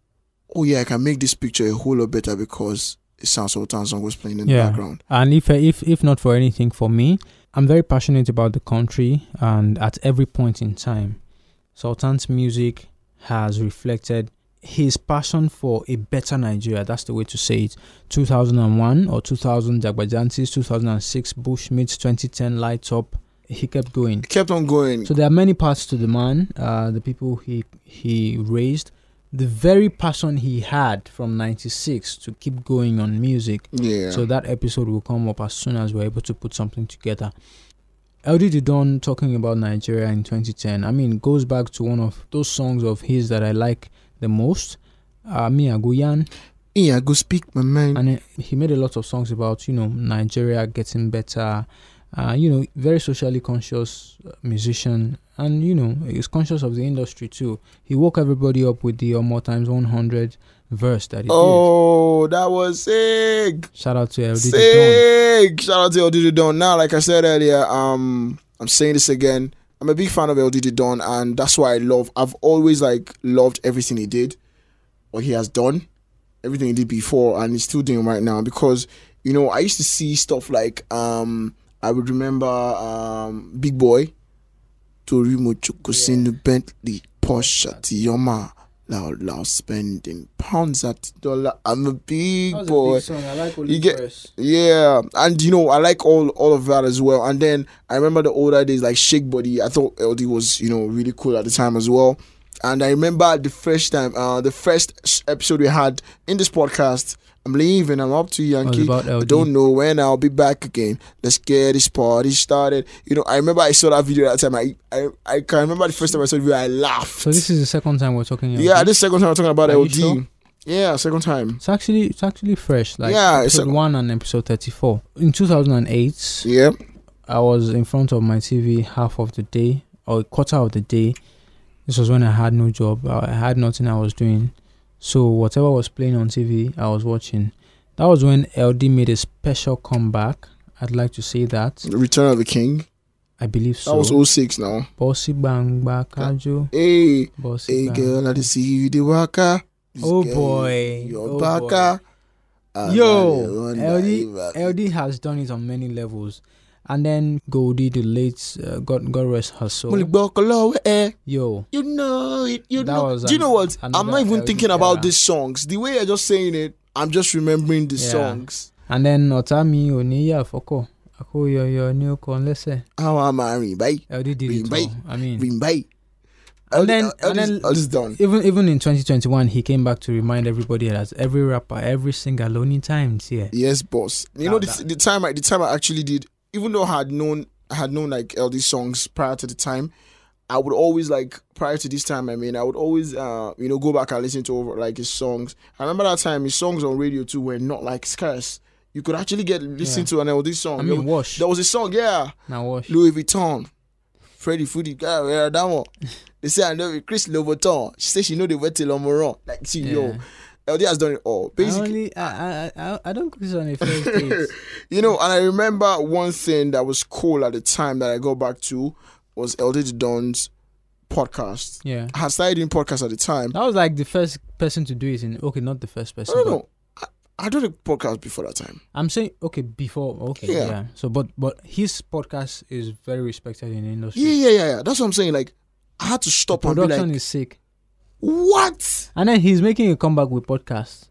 [SPEAKER 3] oh yeah I can make this picture a whole lot better because it sounds so song was playing in the
[SPEAKER 4] Yeah.
[SPEAKER 3] background
[SPEAKER 4] And if uh, if if not for anything for me, I'm very passionate about the country, and at every point in time, Sultan's music has reflected his passion for a better Nigeria. That's the way to say it. 2001 or 2000 Jagbajantis, 2006 Bushmeat, 2010 Light Up. He kept going.
[SPEAKER 3] It kept on going.
[SPEAKER 4] So there are many parts to the man, uh, the people he he raised, the very passion he had from '96 to keep going on music.
[SPEAKER 3] yeah.
[SPEAKER 4] So that episode will come up as soon as we're able to put something together. LD Don talking about Nigeria in 2010. I mean, goes back to one of those songs of his that I like the most. Uh, me Aguyan,
[SPEAKER 3] yeah, go speak my mind.
[SPEAKER 4] and it- he made a lot of songs about you know Nigeria getting better. Uh, you know, very socially conscious uh, musician, and you know, he's conscious of the industry too. He woke everybody up with the or more times 100 verse that he
[SPEAKER 3] Oh, that was sick.
[SPEAKER 4] did. Shout out to LD Don.
[SPEAKER 3] Sick. Shout out to LDD Don. Now, like I said earlier, um, I'm saying this again. I'm a big fan of LDD Don, and that's why I love. I've always like loved everything he did, what he has done, everything he did before, and he's still doing right now. Because you know, I used to see stuff like um, I would remember um, Big Boy, Torimo Chokosinu Bentley Porsche Tioma. Loud, loud, spending pounds at dollar. I'm a big boy.
[SPEAKER 4] I like
[SPEAKER 3] You get- Yeah, and you know I like all all of that as well. And then I remember the older days like Shake Body. I thought LD was you know really cool at the time as well. And I remember the first time, uh, the first s- episode we had in this podcast. I'm leaving. I'm up to Yankee.
[SPEAKER 4] about
[SPEAKER 3] I
[SPEAKER 4] LD.
[SPEAKER 3] don't know when I'll be back again. Let's get this party started. You know, I remember I saw that video that time. I I, I can remember the first time I saw the video. I laughed.
[SPEAKER 4] So this is the second time we're talking. LD.
[SPEAKER 3] yeah, this second time I'm talking about
[SPEAKER 4] Are you
[SPEAKER 3] LD.
[SPEAKER 4] sure?
[SPEAKER 3] Yeah, second time.
[SPEAKER 4] It's actually it's actually fresh. Like
[SPEAKER 3] Yeah, it's
[SPEAKER 4] episode
[SPEAKER 3] a-
[SPEAKER 4] one and episode thirty four. In two thousand and eight,
[SPEAKER 3] Yeah.
[SPEAKER 4] I was in front of my TV half of the day or a quarter of the day. This was when I had no job. I I had nothing I was doing. So whatever was playing on TV, I was watching. That was when LD made a special comeback. I'd like to say that.
[SPEAKER 3] Return of the King.
[SPEAKER 4] I believe
[SPEAKER 3] That
[SPEAKER 4] so.
[SPEAKER 3] was 06 now.
[SPEAKER 4] Bossy Bangba Kajo.
[SPEAKER 3] Hey.
[SPEAKER 4] Bossy
[SPEAKER 3] Hey
[SPEAKER 4] Bang-
[SPEAKER 3] girl, I did see you the waka. This
[SPEAKER 4] Oh
[SPEAKER 3] girl,
[SPEAKER 4] boy.
[SPEAKER 3] your
[SPEAKER 4] Oh boy.
[SPEAKER 3] baka. I gotta
[SPEAKER 4] Yo,
[SPEAKER 3] run
[SPEAKER 4] LD,
[SPEAKER 3] that back.
[SPEAKER 4] LD has done it on many levels. And then Goldie, the late, uh, God, God rest
[SPEAKER 3] Mo
[SPEAKER 4] her
[SPEAKER 3] le
[SPEAKER 4] soul.
[SPEAKER 3] gbọ́ ọkọ lọ́wọ́ ẹ.
[SPEAKER 4] Yo,
[SPEAKER 3] You know it. You
[SPEAKER 4] That
[SPEAKER 3] know.
[SPEAKER 4] was
[SPEAKER 3] Do you know
[SPEAKER 4] an-
[SPEAKER 3] what? I'm
[SPEAKER 4] another
[SPEAKER 3] not even
[SPEAKER 4] LD
[SPEAKER 3] thinking about
[SPEAKER 4] era.
[SPEAKER 3] these songs. The way you're just saying it, I'm just remembering the
[SPEAKER 4] Yeah.
[SPEAKER 3] songs.
[SPEAKER 4] and then Otami Oniya Foko. Ako yo yo ni oko nlese.
[SPEAKER 3] How am I ring by?
[SPEAKER 4] LD did it
[SPEAKER 3] Rimbai.
[SPEAKER 4] all. I mean,
[SPEAKER 3] Ring by.
[SPEAKER 4] And then- and then-
[SPEAKER 3] all is done.
[SPEAKER 4] even even in 2021, he came back to remind everybody that every rapper, every singer, lonely times here.
[SPEAKER 3] Yes, boss. You
[SPEAKER 4] Now
[SPEAKER 3] know the,
[SPEAKER 4] that-
[SPEAKER 3] the time I the time I actually did, even though I had known I had known like LD songs prior to the time, I would always like prior to this time. I mean, I would always uh you know go back and listen to over like his songs. I remember that time his songs on radio too were not like scarce. You could actually get listen
[SPEAKER 4] Yeah.
[SPEAKER 3] to an LD song.
[SPEAKER 4] I
[SPEAKER 3] There
[SPEAKER 4] mean,
[SPEAKER 3] was-
[SPEAKER 4] wash.
[SPEAKER 3] there was a song, yeah,
[SPEAKER 4] Now wash.
[SPEAKER 3] Louis Vuitton, Freddie Foodie, God, yeah, that
[SPEAKER 4] [laughs]
[SPEAKER 3] one. They say I know it, Chris Louboutin. She said she know the wet till Omoron. Like, see,
[SPEAKER 4] Yeah.
[SPEAKER 3] yo, LD has done it all.
[SPEAKER 4] I,
[SPEAKER 3] Basically,
[SPEAKER 4] only, I, I, I, I don't cook this on a first date.
[SPEAKER 3] [laughs] you know, and I remember one thing that was cool at the time that I go back to was Eldridge Don's podcast.
[SPEAKER 4] Yeah.
[SPEAKER 3] I had started doing podcasts at the time.
[SPEAKER 4] That was like the first person to do it in. Okay, not the first person.
[SPEAKER 3] I don't
[SPEAKER 4] but
[SPEAKER 3] know. I, I did a podcast before that time.
[SPEAKER 4] I'm saying okay before okay
[SPEAKER 3] Yeah.
[SPEAKER 4] yeah. So but but his podcast is very respected in the industry.
[SPEAKER 3] Yeah, yeah, yeah, yeah. That's what I'm saying. Like, I had to stop and be
[SPEAKER 4] Production
[SPEAKER 3] like,
[SPEAKER 4] is sick,
[SPEAKER 3] what?
[SPEAKER 4] and then he's making a comeback with podcast.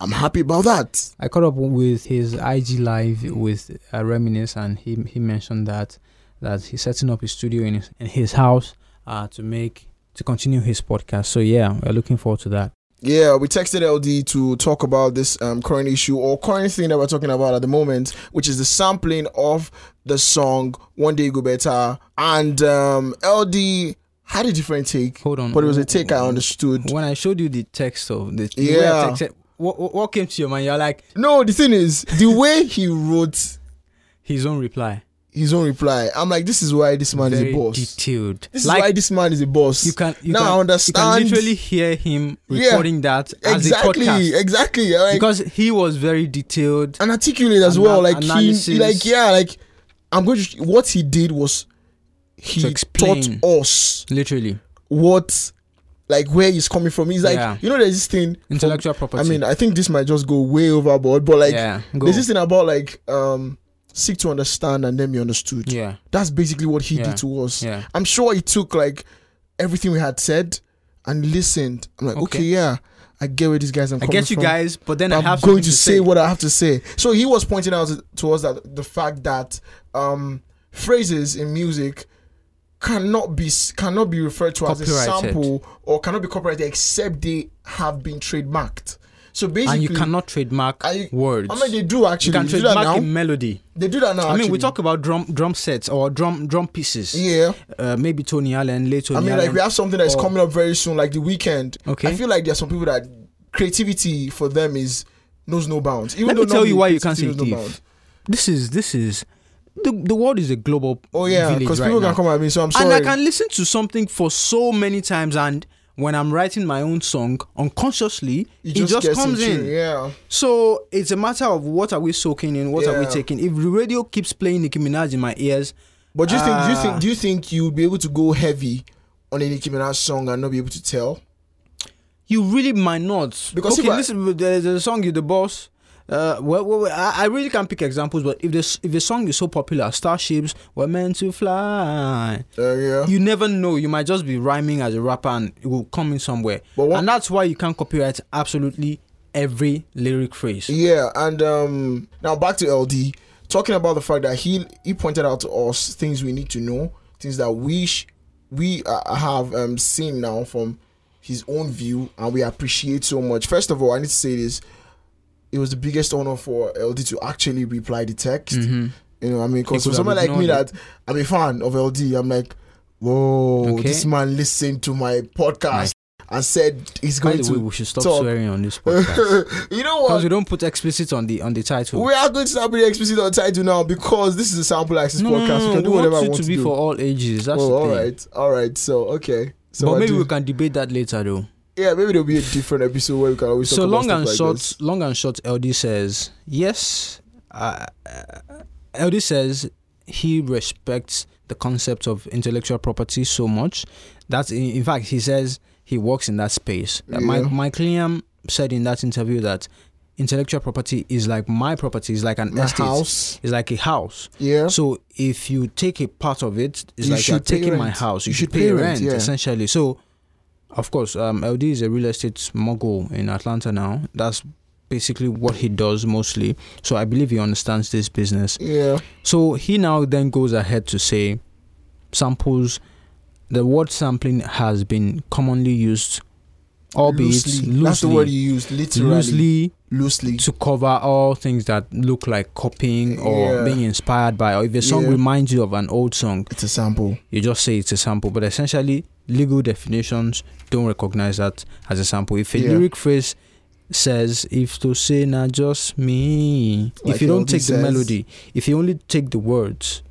[SPEAKER 3] I'm happy about that.
[SPEAKER 4] I caught up with his IG live with uh, Reminisce, and he he mentioned that that he's setting up his studio in his, in his house uh, to make to continue his podcast. So yeah, we're looking forward to that.
[SPEAKER 3] Yeah, we texted LD to talk about this um, current issue or current thing that we're talking about at the moment, which is the sampling of the song One Day Go Better. And um, LD had a different take,
[SPEAKER 4] Hold on,
[SPEAKER 3] but it was a take I understood.
[SPEAKER 4] When I showed you the text of the the way I
[SPEAKER 3] Yeah.
[SPEAKER 4] texted, what, what what came to your mind? You're like
[SPEAKER 3] No, the thing is, the way he wrote
[SPEAKER 4] his own reply,
[SPEAKER 3] his own reply, I'm like, this is why this man is
[SPEAKER 4] very
[SPEAKER 3] a boss.
[SPEAKER 4] detailed.
[SPEAKER 3] This is why this man is a boss.
[SPEAKER 4] You can you
[SPEAKER 3] now
[SPEAKER 4] can,
[SPEAKER 3] I understand.
[SPEAKER 4] You can literally hear him
[SPEAKER 3] Yeah.
[SPEAKER 4] recording that as
[SPEAKER 3] exactly,
[SPEAKER 4] a podcast
[SPEAKER 3] exactly. Like,
[SPEAKER 4] because he was very detailed.
[SPEAKER 3] and articulate as well.
[SPEAKER 4] Ana-
[SPEAKER 3] Like he, he, like
[SPEAKER 4] analysis.
[SPEAKER 3] yeah, like I'm going to. What he did was
[SPEAKER 4] To
[SPEAKER 3] he
[SPEAKER 4] explain.
[SPEAKER 3] taught us
[SPEAKER 4] Literally,
[SPEAKER 3] what, like where he's coming from. He's like
[SPEAKER 4] Yeah.
[SPEAKER 3] you know there's this thing.
[SPEAKER 4] intellectual property.
[SPEAKER 3] I mean, I think this might just go way overboard, but like
[SPEAKER 4] yeah, go.
[SPEAKER 3] there's this thing about like um seek to understand and then be understood.
[SPEAKER 4] yeah,
[SPEAKER 3] That's basically what he
[SPEAKER 4] Yeah.
[SPEAKER 3] did to us.
[SPEAKER 4] yeah.
[SPEAKER 3] I'm sure he took like everything we had said and listened. I'm like, okay,
[SPEAKER 4] Okay.
[SPEAKER 3] yeah, I get where these guys are
[SPEAKER 4] I
[SPEAKER 3] coming
[SPEAKER 4] get you
[SPEAKER 3] from.
[SPEAKER 4] guys, but then I
[SPEAKER 3] I'm
[SPEAKER 4] have
[SPEAKER 3] going
[SPEAKER 4] something
[SPEAKER 3] to say, what I have to say. So he was pointing out to us that the fact that um, phrases in music cannot be cannot be referred to as a
[SPEAKER 4] Copyrighted.
[SPEAKER 3] sample or cannot be copyrighted except they have been trademarked. So basically,
[SPEAKER 4] and you cannot trademark
[SPEAKER 3] I-
[SPEAKER 4] words.
[SPEAKER 3] I mean, they do
[SPEAKER 4] you
[SPEAKER 3] actually.
[SPEAKER 4] can
[SPEAKER 3] They do that
[SPEAKER 4] trademark a
[SPEAKER 3] now.
[SPEAKER 4] melody.
[SPEAKER 3] They do that now.
[SPEAKER 4] I mean, we
[SPEAKER 3] actually.
[SPEAKER 4] talk about drum drum sets or drum drum pieces.
[SPEAKER 3] Yeah,
[SPEAKER 4] Uh, maybe Tony Allen, late Tony
[SPEAKER 3] I mean,
[SPEAKER 4] Allen.
[SPEAKER 3] like we have something that's
[SPEAKER 4] or-
[SPEAKER 3] coming up very soon, like the weekend.
[SPEAKER 4] Oh. Okay.
[SPEAKER 3] I feel like there are some people that creativity for them is knows no bounds. Even
[SPEAKER 4] Let
[SPEAKER 3] though
[SPEAKER 4] me tell you
[SPEAKER 3] normally
[SPEAKER 4] why you can't say
[SPEAKER 3] creativity knows no bounds.
[SPEAKER 4] thief. This is this is the the world is a global.
[SPEAKER 3] Oh yeah,
[SPEAKER 4] village
[SPEAKER 3] because
[SPEAKER 4] right
[SPEAKER 3] people
[SPEAKER 4] now.
[SPEAKER 3] can come at me, so I'm sorry.
[SPEAKER 4] and I can listen to something for so many times and when I'm writing my own song, unconsciously,
[SPEAKER 3] It
[SPEAKER 4] it
[SPEAKER 3] just
[SPEAKER 4] just,
[SPEAKER 3] gets
[SPEAKER 4] comes
[SPEAKER 3] into
[SPEAKER 4] in.
[SPEAKER 3] you, yeah.
[SPEAKER 4] So it's a matter of what are we soaking in, what are we
[SPEAKER 3] Yeah.
[SPEAKER 4] taking. If the radio keeps playing Nicki Minaj in my ears,
[SPEAKER 3] But do you think do you
[SPEAKER 4] Ah.
[SPEAKER 3] think do you think you would be able to go heavy on any Nicki Minaj song and not be able to tell?
[SPEAKER 4] you really might not.
[SPEAKER 3] Because if
[SPEAKER 4] okay,
[SPEAKER 3] I-
[SPEAKER 4] listen, there's a song "You the Boss." Uh, well, well, well, I, I really can't pick examples, but if this if the song is so popular, "Starships Were Meant to Fly,"
[SPEAKER 3] Uh, yeah.
[SPEAKER 4] you never know. You might just be rhyming as a rapper, and it will come in somewhere.
[SPEAKER 3] But what-
[SPEAKER 4] and that's why you can't copyright absolutely every lyric phrase.
[SPEAKER 3] Yeah, and um now back to LD talking about the fact that he he pointed out to us things we need to know, things that we sh- we uh, have um seen now from his own view and we appreciate so much. First of all, I need to say this. It was the biggest honor for LD to actually reply the text. You know, I mean, because for
[SPEAKER 4] He Mm-hmm. could
[SPEAKER 3] someone
[SPEAKER 4] have
[SPEAKER 3] like me
[SPEAKER 4] ignored
[SPEAKER 3] that I'm a fan of LD, I'm like, whoa,
[SPEAKER 4] Okay.
[SPEAKER 3] this man listened to my podcast and said he's
[SPEAKER 4] By
[SPEAKER 3] going
[SPEAKER 4] the
[SPEAKER 3] to [laughs]
[SPEAKER 4] way, we should stop
[SPEAKER 3] talk.
[SPEAKER 4] swearing on this
[SPEAKER 3] [laughs]
[SPEAKER 4] podcast
[SPEAKER 3] you know what?
[SPEAKER 4] because we don't put explicit on the on the title.
[SPEAKER 3] We are going to start being explicit on title now because this is a sample access podcast. we can do
[SPEAKER 4] Mm, we
[SPEAKER 3] whatever
[SPEAKER 4] want
[SPEAKER 3] I
[SPEAKER 4] it
[SPEAKER 3] want
[SPEAKER 4] to be
[SPEAKER 3] do.
[SPEAKER 4] for all ages. That's
[SPEAKER 3] oh,
[SPEAKER 4] the
[SPEAKER 3] all
[SPEAKER 4] thing.
[SPEAKER 3] right, all right. So okay, so
[SPEAKER 4] but
[SPEAKER 3] I
[SPEAKER 4] maybe
[SPEAKER 3] do-
[SPEAKER 4] we can debate that later, though.
[SPEAKER 3] yeah, maybe there'll be a different episode where we can always
[SPEAKER 4] So
[SPEAKER 3] talk
[SPEAKER 4] long
[SPEAKER 3] about
[SPEAKER 4] and
[SPEAKER 3] stuff
[SPEAKER 4] short,
[SPEAKER 3] like this.
[SPEAKER 4] long and short. LD says yes. Uh, uh, LD says he respects the concept of intellectual property so much that, in, in fact, he says he works in that space. That Mike,
[SPEAKER 3] Yeah.
[SPEAKER 4] Mike Liam said in that interview that intellectual property is like my property, is like an
[SPEAKER 3] My
[SPEAKER 4] estate,
[SPEAKER 3] house,
[SPEAKER 4] is like a house.
[SPEAKER 3] yeah,
[SPEAKER 4] So if you take a part of it, it's
[SPEAKER 3] You
[SPEAKER 4] like you're
[SPEAKER 3] should pay
[SPEAKER 4] taking my
[SPEAKER 3] rent.
[SPEAKER 4] house. You, should, pay, rent,
[SPEAKER 3] yeah.
[SPEAKER 4] essentially. So, of course, um, LD is a real estate mogul in Atlanta now. That's basically what he does mostly. So I believe he understands this business.
[SPEAKER 3] yeah,
[SPEAKER 4] So he now then goes ahead to say, samples. The word sampling has been commonly used, albeit loosely,
[SPEAKER 3] That's the word you used, literally, loosely,
[SPEAKER 4] loosely to cover all things that look like copying or
[SPEAKER 3] Yeah.
[SPEAKER 4] being inspired by or if a song
[SPEAKER 3] Yeah.
[SPEAKER 4] reminds you of an old song
[SPEAKER 3] It's a sample.
[SPEAKER 4] you just say it's a sample but essentially legal definitions don't recognize that as a sample if a
[SPEAKER 3] Yeah.
[SPEAKER 4] lyric phrase says if to say not just me
[SPEAKER 3] Like
[SPEAKER 4] if you don't
[SPEAKER 3] LD
[SPEAKER 4] take the
[SPEAKER 3] says.
[SPEAKER 4] melody if you only take the words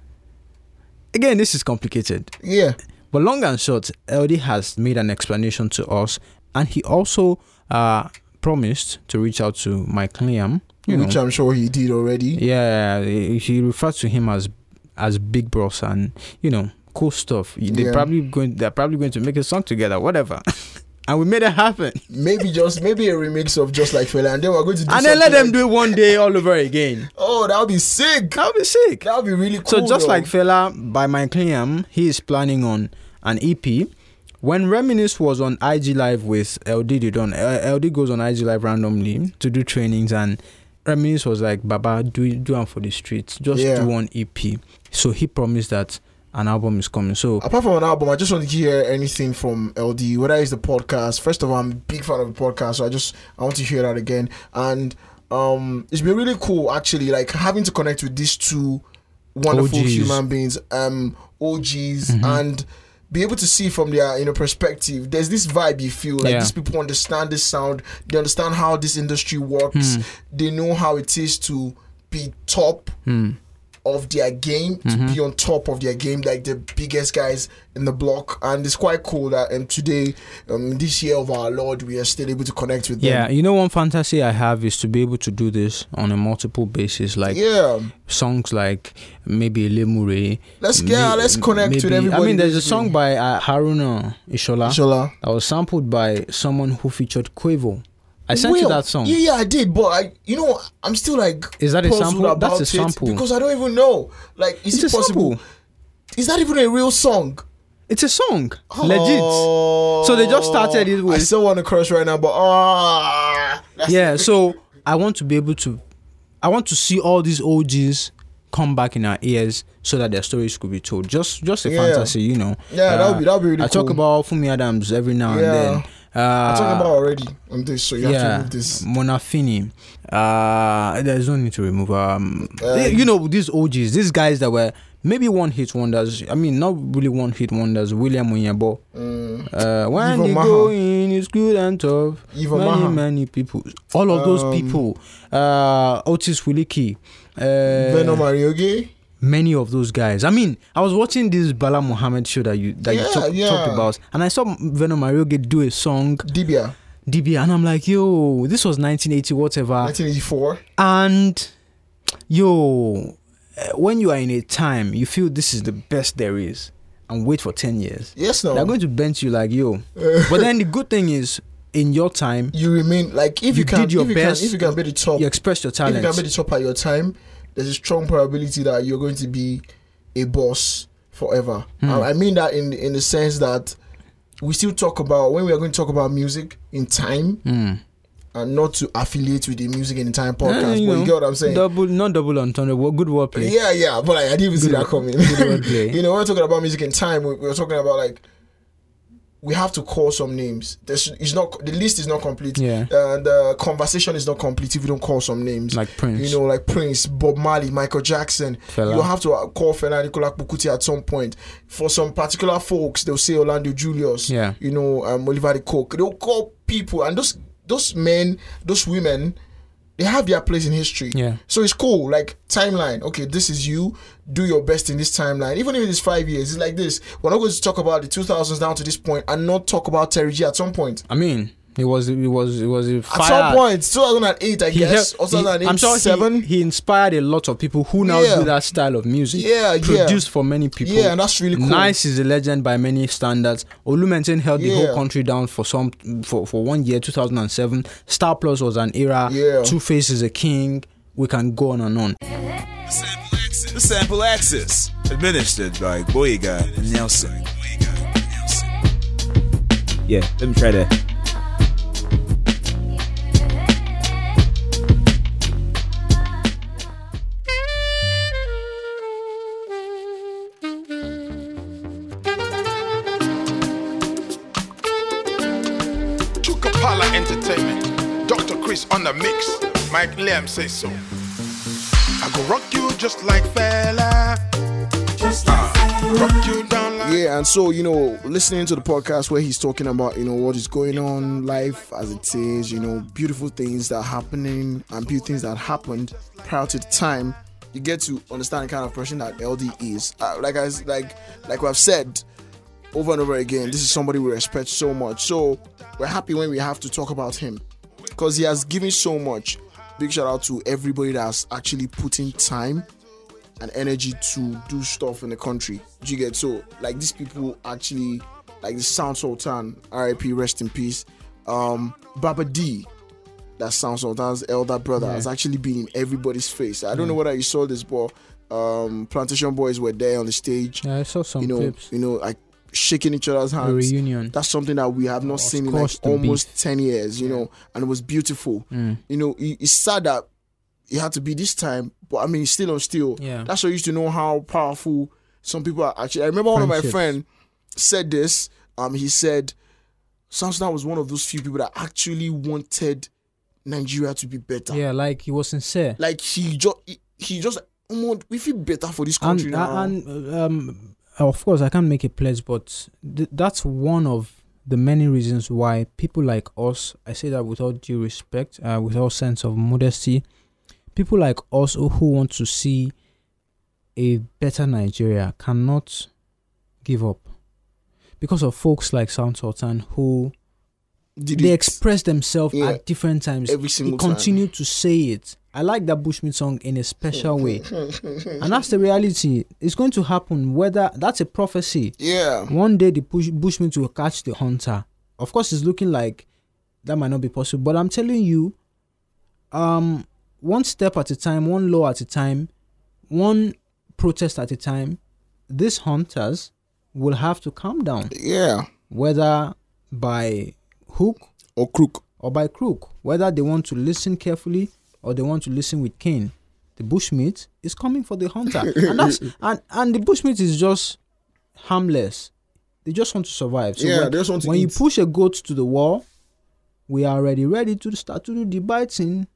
[SPEAKER 4] again this is complicated
[SPEAKER 3] Yeah,
[SPEAKER 4] but long and short, LD has made an explanation to us, and he also uh, promised to reach out to Mike Liam. You
[SPEAKER 3] which
[SPEAKER 4] know,
[SPEAKER 3] I'm sure he did already.
[SPEAKER 4] yeah, he he refers to him as as Big Bros, and you know, cool stuff. They
[SPEAKER 3] Yeah.
[SPEAKER 4] probably going, they're probably going to make a song
[SPEAKER 3] [laughs]
[SPEAKER 4] together, whatever. and we made it happen,
[SPEAKER 3] Maybe just maybe a remix of just like fella, and then we're going to do
[SPEAKER 4] and then let
[SPEAKER 3] something
[SPEAKER 4] them
[SPEAKER 3] like-
[SPEAKER 4] do it one day all over again.
[SPEAKER 3] Oh, that would be sick.
[SPEAKER 4] That would be sick.
[SPEAKER 3] That would be really cool.
[SPEAKER 4] So just
[SPEAKER 3] though.
[SPEAKER 4] like Fela by Mike Liam, he is planning on an EP. When Reminis was on IG Live with LD Didon, uh, LD goes on IG Live randomly to do trainings, and Reminis was like, "Baba, do do one for the streets, just
[SPEAKER 3] Yeah.
[SPEAKER 4] do one EP." So he promised that an album is coming. So
[SPEAKER 3] apart from an album, I just want to hear anything from LD, whether it's the podcast. First of all, I'm a big fan of the podcast, so I just I want to hear that again. And um, it's been really cool actually, like having to connect with these two wonderful
[SPEAKER 4] OGs.
[SPEAKER 3] human beings, um, OGs, and be able to see from their you know perspective. There's this vibe you feel like
[SPEAKER 4] Yeah.
[SPEAKER 3] these people understand this sound, they understand how this industry works, they know how it is to be top of their game
[SPEAKER 4] Mm-hmm.
[SPEAKER 3] to be on top of their game like the biggest guys in the block and it's quite cool that um, today um, this year of our lord we are still able to connect with
[SPEAKER 4] yeah,
[SPEAKER 3] them
[SPEAKER 4] you know, one fantasy I have is to be able to do this on a multiple basis, like
[SPEAKER 3] yeah
[SPEAKER 4] songs like maybe Lemure.
[SPEAKER 3] Let's- yeah, let's connect with everybody
[SPEAKER 4] I mean, there's a
[SPEAKER 3] listening.
[SPEAKER 4] song by uh, Haruna Ishola.
[SPEAKER 3] Shola.
[SPEAKER 4] I was sampled by someone who featured Quavo. I sent you
[SPEAKER 3] Well,
[SPEAKER 4] that song.
[SPEAKER 3] yeah yeah i did but i you know i'm still like
[SPEAKER 4] Is that a
[SPEAKER 3] puzzled
[SPEAKER 4] sample? That's
[SPEAKER 3] about
[SPEAKER 4] a
[SPEAKER 3] it
[SPEAKER 4] sample.
[SPEAKER 3] because i don't even know like is
[SPEAKER 4] It's
[SPEAKER 3] it
[SPEAKER 4] a
[SPEAKER 3] possible
[SPEAKER 4] sample.
[SPEAKER 3] is that even a real song
[SPEAKER 4] It's a song. Legit. So they just started it
[SPEAKER 3] Oh, i
[SPEAKER 4] with-
[SPEAKER 3] still want to crush right now but ah that's-
[SPEAKER 4] Yeah, so I want to be able to I want to see all these OGs come back in our ears so that their stories could be told. Just just a
[SPEAKER 3] Yeah.
[SPEAKER 4] fantasy, you know. Uh,
[SPEAKER 3] Yeah, that would be- that would be really
[SPEAKER 4] I talk
[SPEAKER 3] cool.
[SPEAKER 4] about Fumi Adams every now
[SPEAKER 3] Yeah.
[SPEAKER 4] and then. Uh
[SPEAKER 3] i'm talking about already on this so you have to
[SPEAKER 4] yeah,
[SPEAKER 3] move this
[SPEAKER 4] Monafini. Uh, there's no need to remove. Um,
[SPEAKER 3] Uh,
[SPEAKER 4] you know these OGs, these guys that were maybe one hit wonders. I mean, not really one hit wonders. William Onyebo. Uh, when
[SPEAKER 3] Mm. Ivo
[SPEAKER 4] they
[SPEAKER 3] Maha.
[SPEAKER 4] go in, it's good and tough.
[SPEAKER 3] Ivo
[SPEAKER 4] many
[SPEAKER 3] Maha.
[SPEAKER 4] many people. All of those
[SPEAKER 3] Um,
[SPEAKER 4] people. Uh, Otis Wiliki. Uh,
[SPEAKER 3] venom Arioge.
[SPEAKER 4] many of those guys. I mean, I was watching this Bala Mohammed show that you that you
[SPEAKER 3] Yeah,
[SPEAKER 4] talk,
[SPEAKER 3] yeah.
[SPEAKER 4] talked about, and I saw Venom Marioge do a song
[SPEAKER 3] Dibia,
[SPEAKER 4] DB, and I'm like, yo, this was 1980, whatever,
[SPEAKER 3] 1984.
[SPEAKER 4] and yo, eh, when you are in a time you feel this is the best there is, and wait for 10 years,
[SPEAKER 3] Yes, no.
[SPEAKER 4] they're going to bench you
[SPEAKER 3] [laughs]
[SPEAKER 4] like yo. but then the good thing is, in your time,
[SPEAKER 3] you remain like if you,
[SPEAKER 4] You
[SPEAKER 3] can,
[SPEAKER 4] did your
[SPEAKER 3] if you
[SPEAKER 4] best,
[SPEAKER 3] can, if you can be the top,
[SPEAKER 4] you express your
[SPEAKER 3] if you can
[SPEAKER 4] talent.
[SPEAKER 3] be the top at your time, there's a strong probability that you're going to be a boss forever.
[SPEAKER 4] Hmm.
[SPEAKER 3] And I mean that in in the sense that we still talk about when we are going to talk about music in time
[SPEAKER 4] Mm.
[SPEAKER 3] and not to affiliate with the music in time podcast.
[SPEAKER 4] Eh,
[SPEAKER 3] but you
[SPEAKER 4] know,
[SPEAKER 3] get what I'm saying?
[SPEAKER 4] Double, not double entendre. wo- Good wordplay.
[SPEAKER 3] Yeah, yeah, but like, I didn't even see that coming. [laughs]
[SPEAKER 4] wordplay.
[SPEAKER 3] you know, we're talking about music in time. We, we're talking about like we have to call some names. There's it's not the list is not complete.
[SPEAKER 4] Yeah.
[SPEAKER 3] uh, the conversation is not complete if you don't call some names.
[SPEAKER 4] Like Prince.
[SPEAKER 3] you know, like Prince, Bob Marley, Michael Jackson.
[SPEAKER 4] Fela.
[SPEAKER 3] You have to uh, call Fela Nicola Pukuti at some point. For some particular folks, they'll say Orlando Julius.
[SPEAKER 4] Yeah.
[SPEAKER 3] you know, um, Oliver de Coke. They'll call people and those those men, those women. They have their place in history.
[SPEAKER 4] Yeah.
[SPEAKER 3] So it's cool, like timeline. Okay, this is you. Do your best in this timeline. Even if it's five years, it's like this. We're not going to talk about the 2000s down to this point and not talk about Terry G at some point.
[SPEAKER 4] I mean, it was, it was, it was a
[SPEAKER 3] At
[SPEAKER 4] fire.
[SPEAKER 3] some point, 2008, I
[SPEAKER 4] He
[SPEAKER 3] guess,
[SPEAKER 4] helped-
[SPEAKER 3] or
[SPEAKER 4] he-
[SPEAKER 3] 2008,
[SPEAKER 4] I'm sure he-
[SPEAKER 3] seven.
[SPEAKER 4] He, inspired a lot of people who now
[SPEAKER 3] Yeah.
[SPEAKER 4] do that style of music.
[SPEAKER 3] Yeah, yeah.
[SPEAKER 4] produced for many people.
[SPEAKER 3] Yeah, and that's really cool.
[SPEAKER 4] Nice is a legend by many standards. Olumenten held the
[SPEAKER 3] Yeah.
[SPEAKER 4] whole country down for some for, for one year, 2007. Star Plus was an era.
[SPEAKER 3] Yeah.
[SPEAKER 4] Two Face is a king. We can go on and on.
[SPEAKER 2] Sample Access. The Sample Access. Administered by Boyega and Nelson. Yeah, let me try that.
[SPEAKER 6] Chukapala Entertainment. Dr. Chris on the mix. Mike Liam says so. I go rock you just like fella. Just like rock you down like
[SPEAKER 3] Yeah, and so you know, listening to the podcast where he's talking about you know what is going on, life as it is, you know, beautiful things that are happening and beautiful things that happened prior to the time, you get to understand the kind of person that LD is. Uh, like I s- like like I've said over and over again, this is somebody we respect so much. So we're happy when we have to talk about him because he has given so much. Big shout out to everybody that's actually putting time and energy to do stuff in the country. Do you get so like these people actually like the Sound Sultan, RIP, rest in peace. Um, Baba D, that Sound Sultan's elder brother, has actually been in everybody's face. I don't know whether you saw this, but um, Plantation Boys were there on the stage.
[SPEAKER 4] Yeah, I saw some
[SPEAKER 3] you know,
[SPEAKER 4] clips.
[SPEAKER 3] you know, like shaking each other's
[SPEAKER 4] A
[SPEAKER 3] hands.
[SPEAKER 4] reunion.
[SPEAKER 3] That's something that we have not
[SPEAKER 4] Of
[SPEAKER 3] seen in like
[SPEAKER 4] course, the
[SPEAKER 3] almost 10 years, you know, and it was beautiful.
[SPEAKER 4] Mm.
[SPEAKER 3] You know, it- it's sad that it had to be this time, but I mean, it's still on still.
[SPEAKER 4] Yeah.
[SPEAKER 3] That's what I used to know how powerful some people are actually. I remember one of my
[SPEAKER 4] Friendships.
[SPEAKER 3] friend said this. Um, he said Samson was one of those few people that actually wanted Nigeria to be better.
[SPEAKER 4] Yeah, like he was sincere.
[SPEAKER 3] Like he just he, he just "Omo, we feel better for this country
[SPEAKER 4] and,
[SPEAKER 3] now.
[SPEAKER 4] and um, of course, I can't make a pledge, but th- that's one of the many reasons why people like us, I say that with all due respect, uh, with all sense of modesty, people like us who who want to see a better Nigeria cannot give up because of folks like Sound Sultan who
[SPEAKER 3] Did
[SPEAKER 4] they
[SPEAKER 3] it.
[SPEAKER 4] express themselves
[SPEAKER 3] Yeah.
[SPEAKER 4] at different times.
[SPEAKER 3] Every
[SPEAKER 4] He
[SPEAKER 3] single time.
[SPEAKER 4] continued to say it. I like that Bushmeat song in a special
[SPEAKER 3] [laughs]
[SPEAKER 4] way, and that's the reality. It's going to happen. Whether that's a prophecy.
[SPEAKER 3] yeah.
[SPEAKER 4] One day the Bush, Bushmeat will catch the hunter. Of course, it's looking like that might not be possible, but I'm telling you, um, one step at a time, one law at a time, one protest at a time, these hunters will have to calm down,
[SPEAKER 3] Yeah.
[SPEAKER 4] whether by hook
[SPEAKER 3] Or crook.
[SPEAKER 4] or by crook, whether they want to listen carefully or they want to listen with cane. The bushmeat is coming for
[SPEAKER 3] [laughs]
[SPEAKER 4] the hunter, and that's and and the bushmeat is just harmless. They just want to survive.
[SPEAKER 3] Yeah,
[SPEAKER 4] when,
[SPEAKER 3] they just want to
[SPEAKER 4] when you
[SPEAKER 3] eat.
[SPEAKER 4] push a goat to the wall, we are already ready to start to do the biting.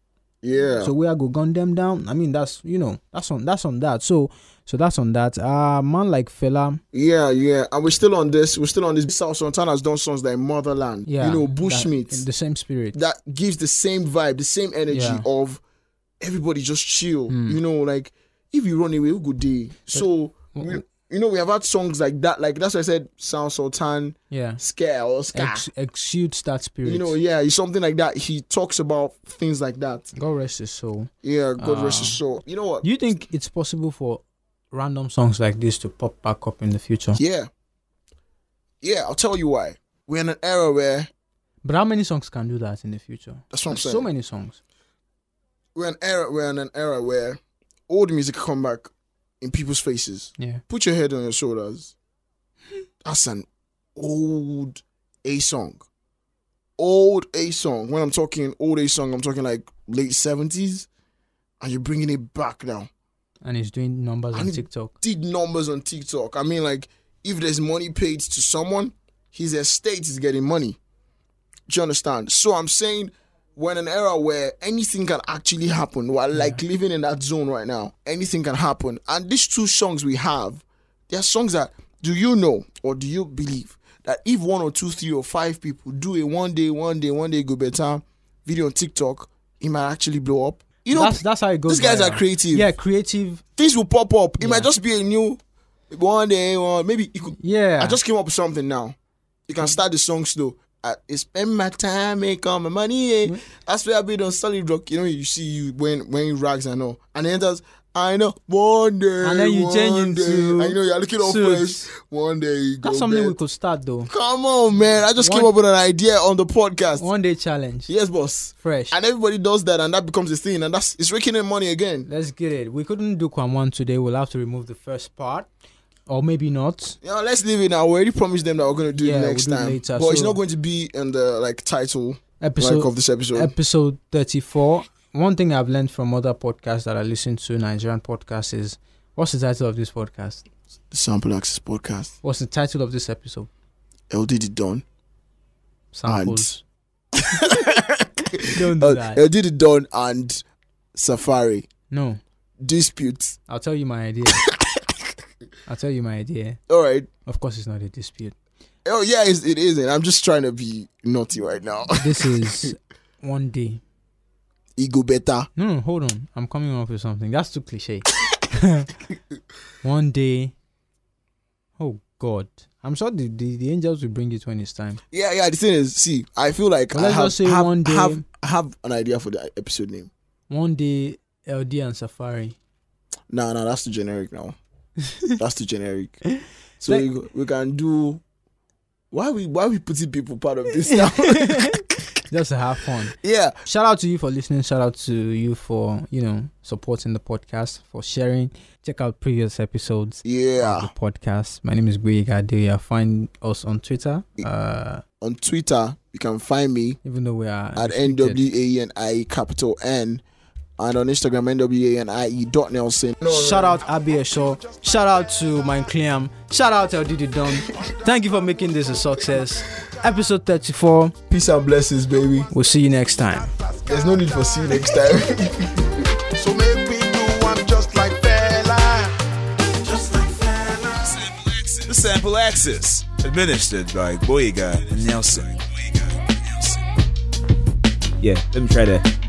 [SPEAKER 3] Yeah.
[SPEAKER 4] So we are go gun them down. I mean, that's you know, that's on that's on that. So so that's on that. Uh man like fella,
[SPEAKER 3] Yeah, yeah. And we're still on this. We're still on this. South Santana's done songs like Motherland.
[SPEAKER 4] yeah,
[SPEAKER 3] You know,
[SPEAKER 4] that-
[SPEAKER 3] Bushmeat. That,
[SPEAKER 4] the same spirit.
[SPEAKER 3] gives the same vibe, the same energy
[SPEAKER 4] Yeah. Hmm.
[SPEAKER 3] of everybody just chill. You know, like if you run away, who go dey? So we, you know we have had songs like that. Like that's why I said Sound Sultan,
[SPEAKER 4] Yeah.
[SPEAKER 3] Scare or Ska.
[SPEAKER 4] Ex- exudes that spirit.
[SPEAKER 3] you know, yeah, it's something like that. He talks about things like that.
[SPEAKER 4] God rest his soul.
[SPEAKER 3] Yeah, God rest his soul. You know what?
[SPEAKER 4] Do Ah. you think it's possible for random songs like this to pop back up in the future?
[SPEAKER 3] Yeah. Yeah, I'll tell you why. We're in an era where
[SPEAKER 4] But how many songs can do that in the future?
[SPEAKER 3] that's what I'm saying.
[SPEAKER 4] So many songs.
[SPEAKER 3] We're in an era we're in an era where old music come back in people's faces.
[SPEAKER 4] Yeah.
[SPEAKER 3] Put your head on your shoulders. That's an old A song. Old A song. When I'm talking old A song, I'm talking like late 70s. And you're bringing it back now.
[SPEAKER 4] And he's doing numbers on
[SPEAKER 3] And it-
[SPEAKER 4] TikTok.
[SPEAKER 3] did numbers on TikTok. I mean, like, if there's money paid to someone, his estate is getting money. Do you understand? So I'm saying we're in an era where anything can actually happen. We're like living in that zone right now. Anything can happen. And these two songs we have, they are songs that do you know or do you believe that if one or two, three or five people do a one day, one day, one day go better video on TikTok, it might actually blow up. You know,
[SPEAKER 4] that's that's how it goes.
[SPEAKER 3] these guys
[SPEAKER 4] viral.
[SPEAKER 3] are creative
[SPEAKER 4] Yeah, creative.
[SPEAKER 3] things will pop up. It might just be a new one day, one maybe you could.
[SPEAKER 4] Yeah.
[SPEAKER 3] I just came up with something now. You can start the song slow. I, I spend my time, make all my money.
[SPEAKER 4] Mm-hmm.
[SPEAKER 3] eh. That's where I be on solid rock. You know, you see you when when you rags and all, and then does I know one day,
[SPEAKER 4] And then you
[SPEAKER 3] one
[SPEAKER 4] change
[SPEAKER 3] day.
[SPEAKER 4] into
[SPEAKER 3] and you know you're looking up
[SPEAKER 4] suits.
[SPEAKER 3] fresh. One day you go
[SPEAKER 4] That's something we
[SPEAKER 3] back.
[SPEAKER 4] could start though.
[SPEAKER 3] Come on, man! I just came
[SPEAKER 4] One-
[SPEAKER 3] up with an idea on the podcast.
[SPEAKER 4] One day challenge.
[SPEAKER 3] Yes, boss.
[SPEAKER 4] Fresh.
[SPEAKER 3] And everybody does that, and that becomes a thing, and that's it's raking in money again.
[SPEAKER 4] Let's get it. We couldn't do Kwam one today. We'll have to remove the first part, or maybe not.
[SPEAKER 3] Yeah, let's leave it now. We already promised them that we're gonna do
[SPEAKER 4] Yeah,
[SPEAKER 3] it
[SPEAKER 4] we'll
[SPEAKER 3] next
[SPEAKER 4] do it
[SPEAKER 3] time,
[SPEAKER 4] later,
[SPEAKER 3] but it's
[SPEAKER 4] so-
[SPEAKER 3] not going to be in the like title
[SPEAKER 4] Episode
[SPEAKER 3] like of this episode.
[SPEAKER 4] episode 34 one thing i've learned from other podcasts that i listen to nigerian podcasts is what's the title of this podcast
[SPEAKER 3] the Sample Access Podcast.
[SPEAKER 4] what's the title of this episode
[SPEAKER 3] LD the Don.
[SPEAKER 4] samples [laughs] don't do
[SPEAKER 3] Uh,
[SPEAKER 4] that
[SPEAKER 3] LD the Don and Safari
[SPEAKER 4] no
[SPEAKER 3] dispute.
[SPEAKER 4] i'll tell you my
[SPEAKER 3] [laughs]
[SPEAKER 4] idea i'll tell you my idea
[SPEAKER 3] All right.
[SPEAKER 4] of course it's not a dispute
[SPEAKER 3] Oh yeah, it's, it isn't. I'm just trying to be naughty right now. [laughs]
[SPEAKER 4] this is one day
[SPEAKER 3] Ego better.
[SPEAKER 4] no no hold on i'm coming up with something that's too cliche
[SPEAKER 3] [laughs]
[SPEAKER 4] one day oh god i'm sure the, the, the angels will bring it when it's time
[SPEAKER 3] Yeah, yeah. The thing is, see, I feel like
[SPEAKER 4] Well,
[SPEAKER 3] I
[SPEAKER 4] let's
[SPEAKER 3] have,
[SPEAKER 4] just say
[SPEAKER 3] have,
[SPEAKER 4] one day-
[SPEAKER 3] have have an idea for the episode name.
[SPEAKER 4] One day, LD and Safari.
[SPEAKER 3] No, no, that's too generic
[SPEAKER 4] [laughs]
[SPEAKER 3] now. that's too generic. So
[SPEAKER 4] Like-
[SPEAKER 3] we, go- we can do. Why we why we putting people part of this now?
[SPEAKER 4] [laughs] Just to have fun.
[SPEAKER 3] yeah,
[SPEAKER 4] Shout out to you for listening. Shout out to you for, you know, supporting the podcast, for sharing. Check out previous episodes
[SPEAKER 3] yeah.
[SPEAKER 4] of the podcast. My name is Gui Gadeya. Find us on Twitter. Uh,
[SPEAKER 3] On Twitter, you can find me
[SPEAKER 4] even though we are
[SPEAKER 3] at
[SPEAKER 4] restricted.
[SPEAKER 3] nwaenie E, capital N, and on Instagram nwaenie E dot Nelson.
[SPEAKER 4] Shout out Abby Eshaw. Shout out to Mine Cleam. Shout out LD the Don. Thank you for making this a success. Episode 34.
[SPEAKER 3] Peace and blessings, baby.
[SPEAKER 4] We'll see you next time.
[SPEAKER 3] There's no need for see you next time.
[SPEAKER 6] So maybe do one just like Fela.
[SPEAKER 2] Sample Access. The Sample Access. Administered by Boyega and Nelson.
[SPEAKER 8] Yeah, let me try that.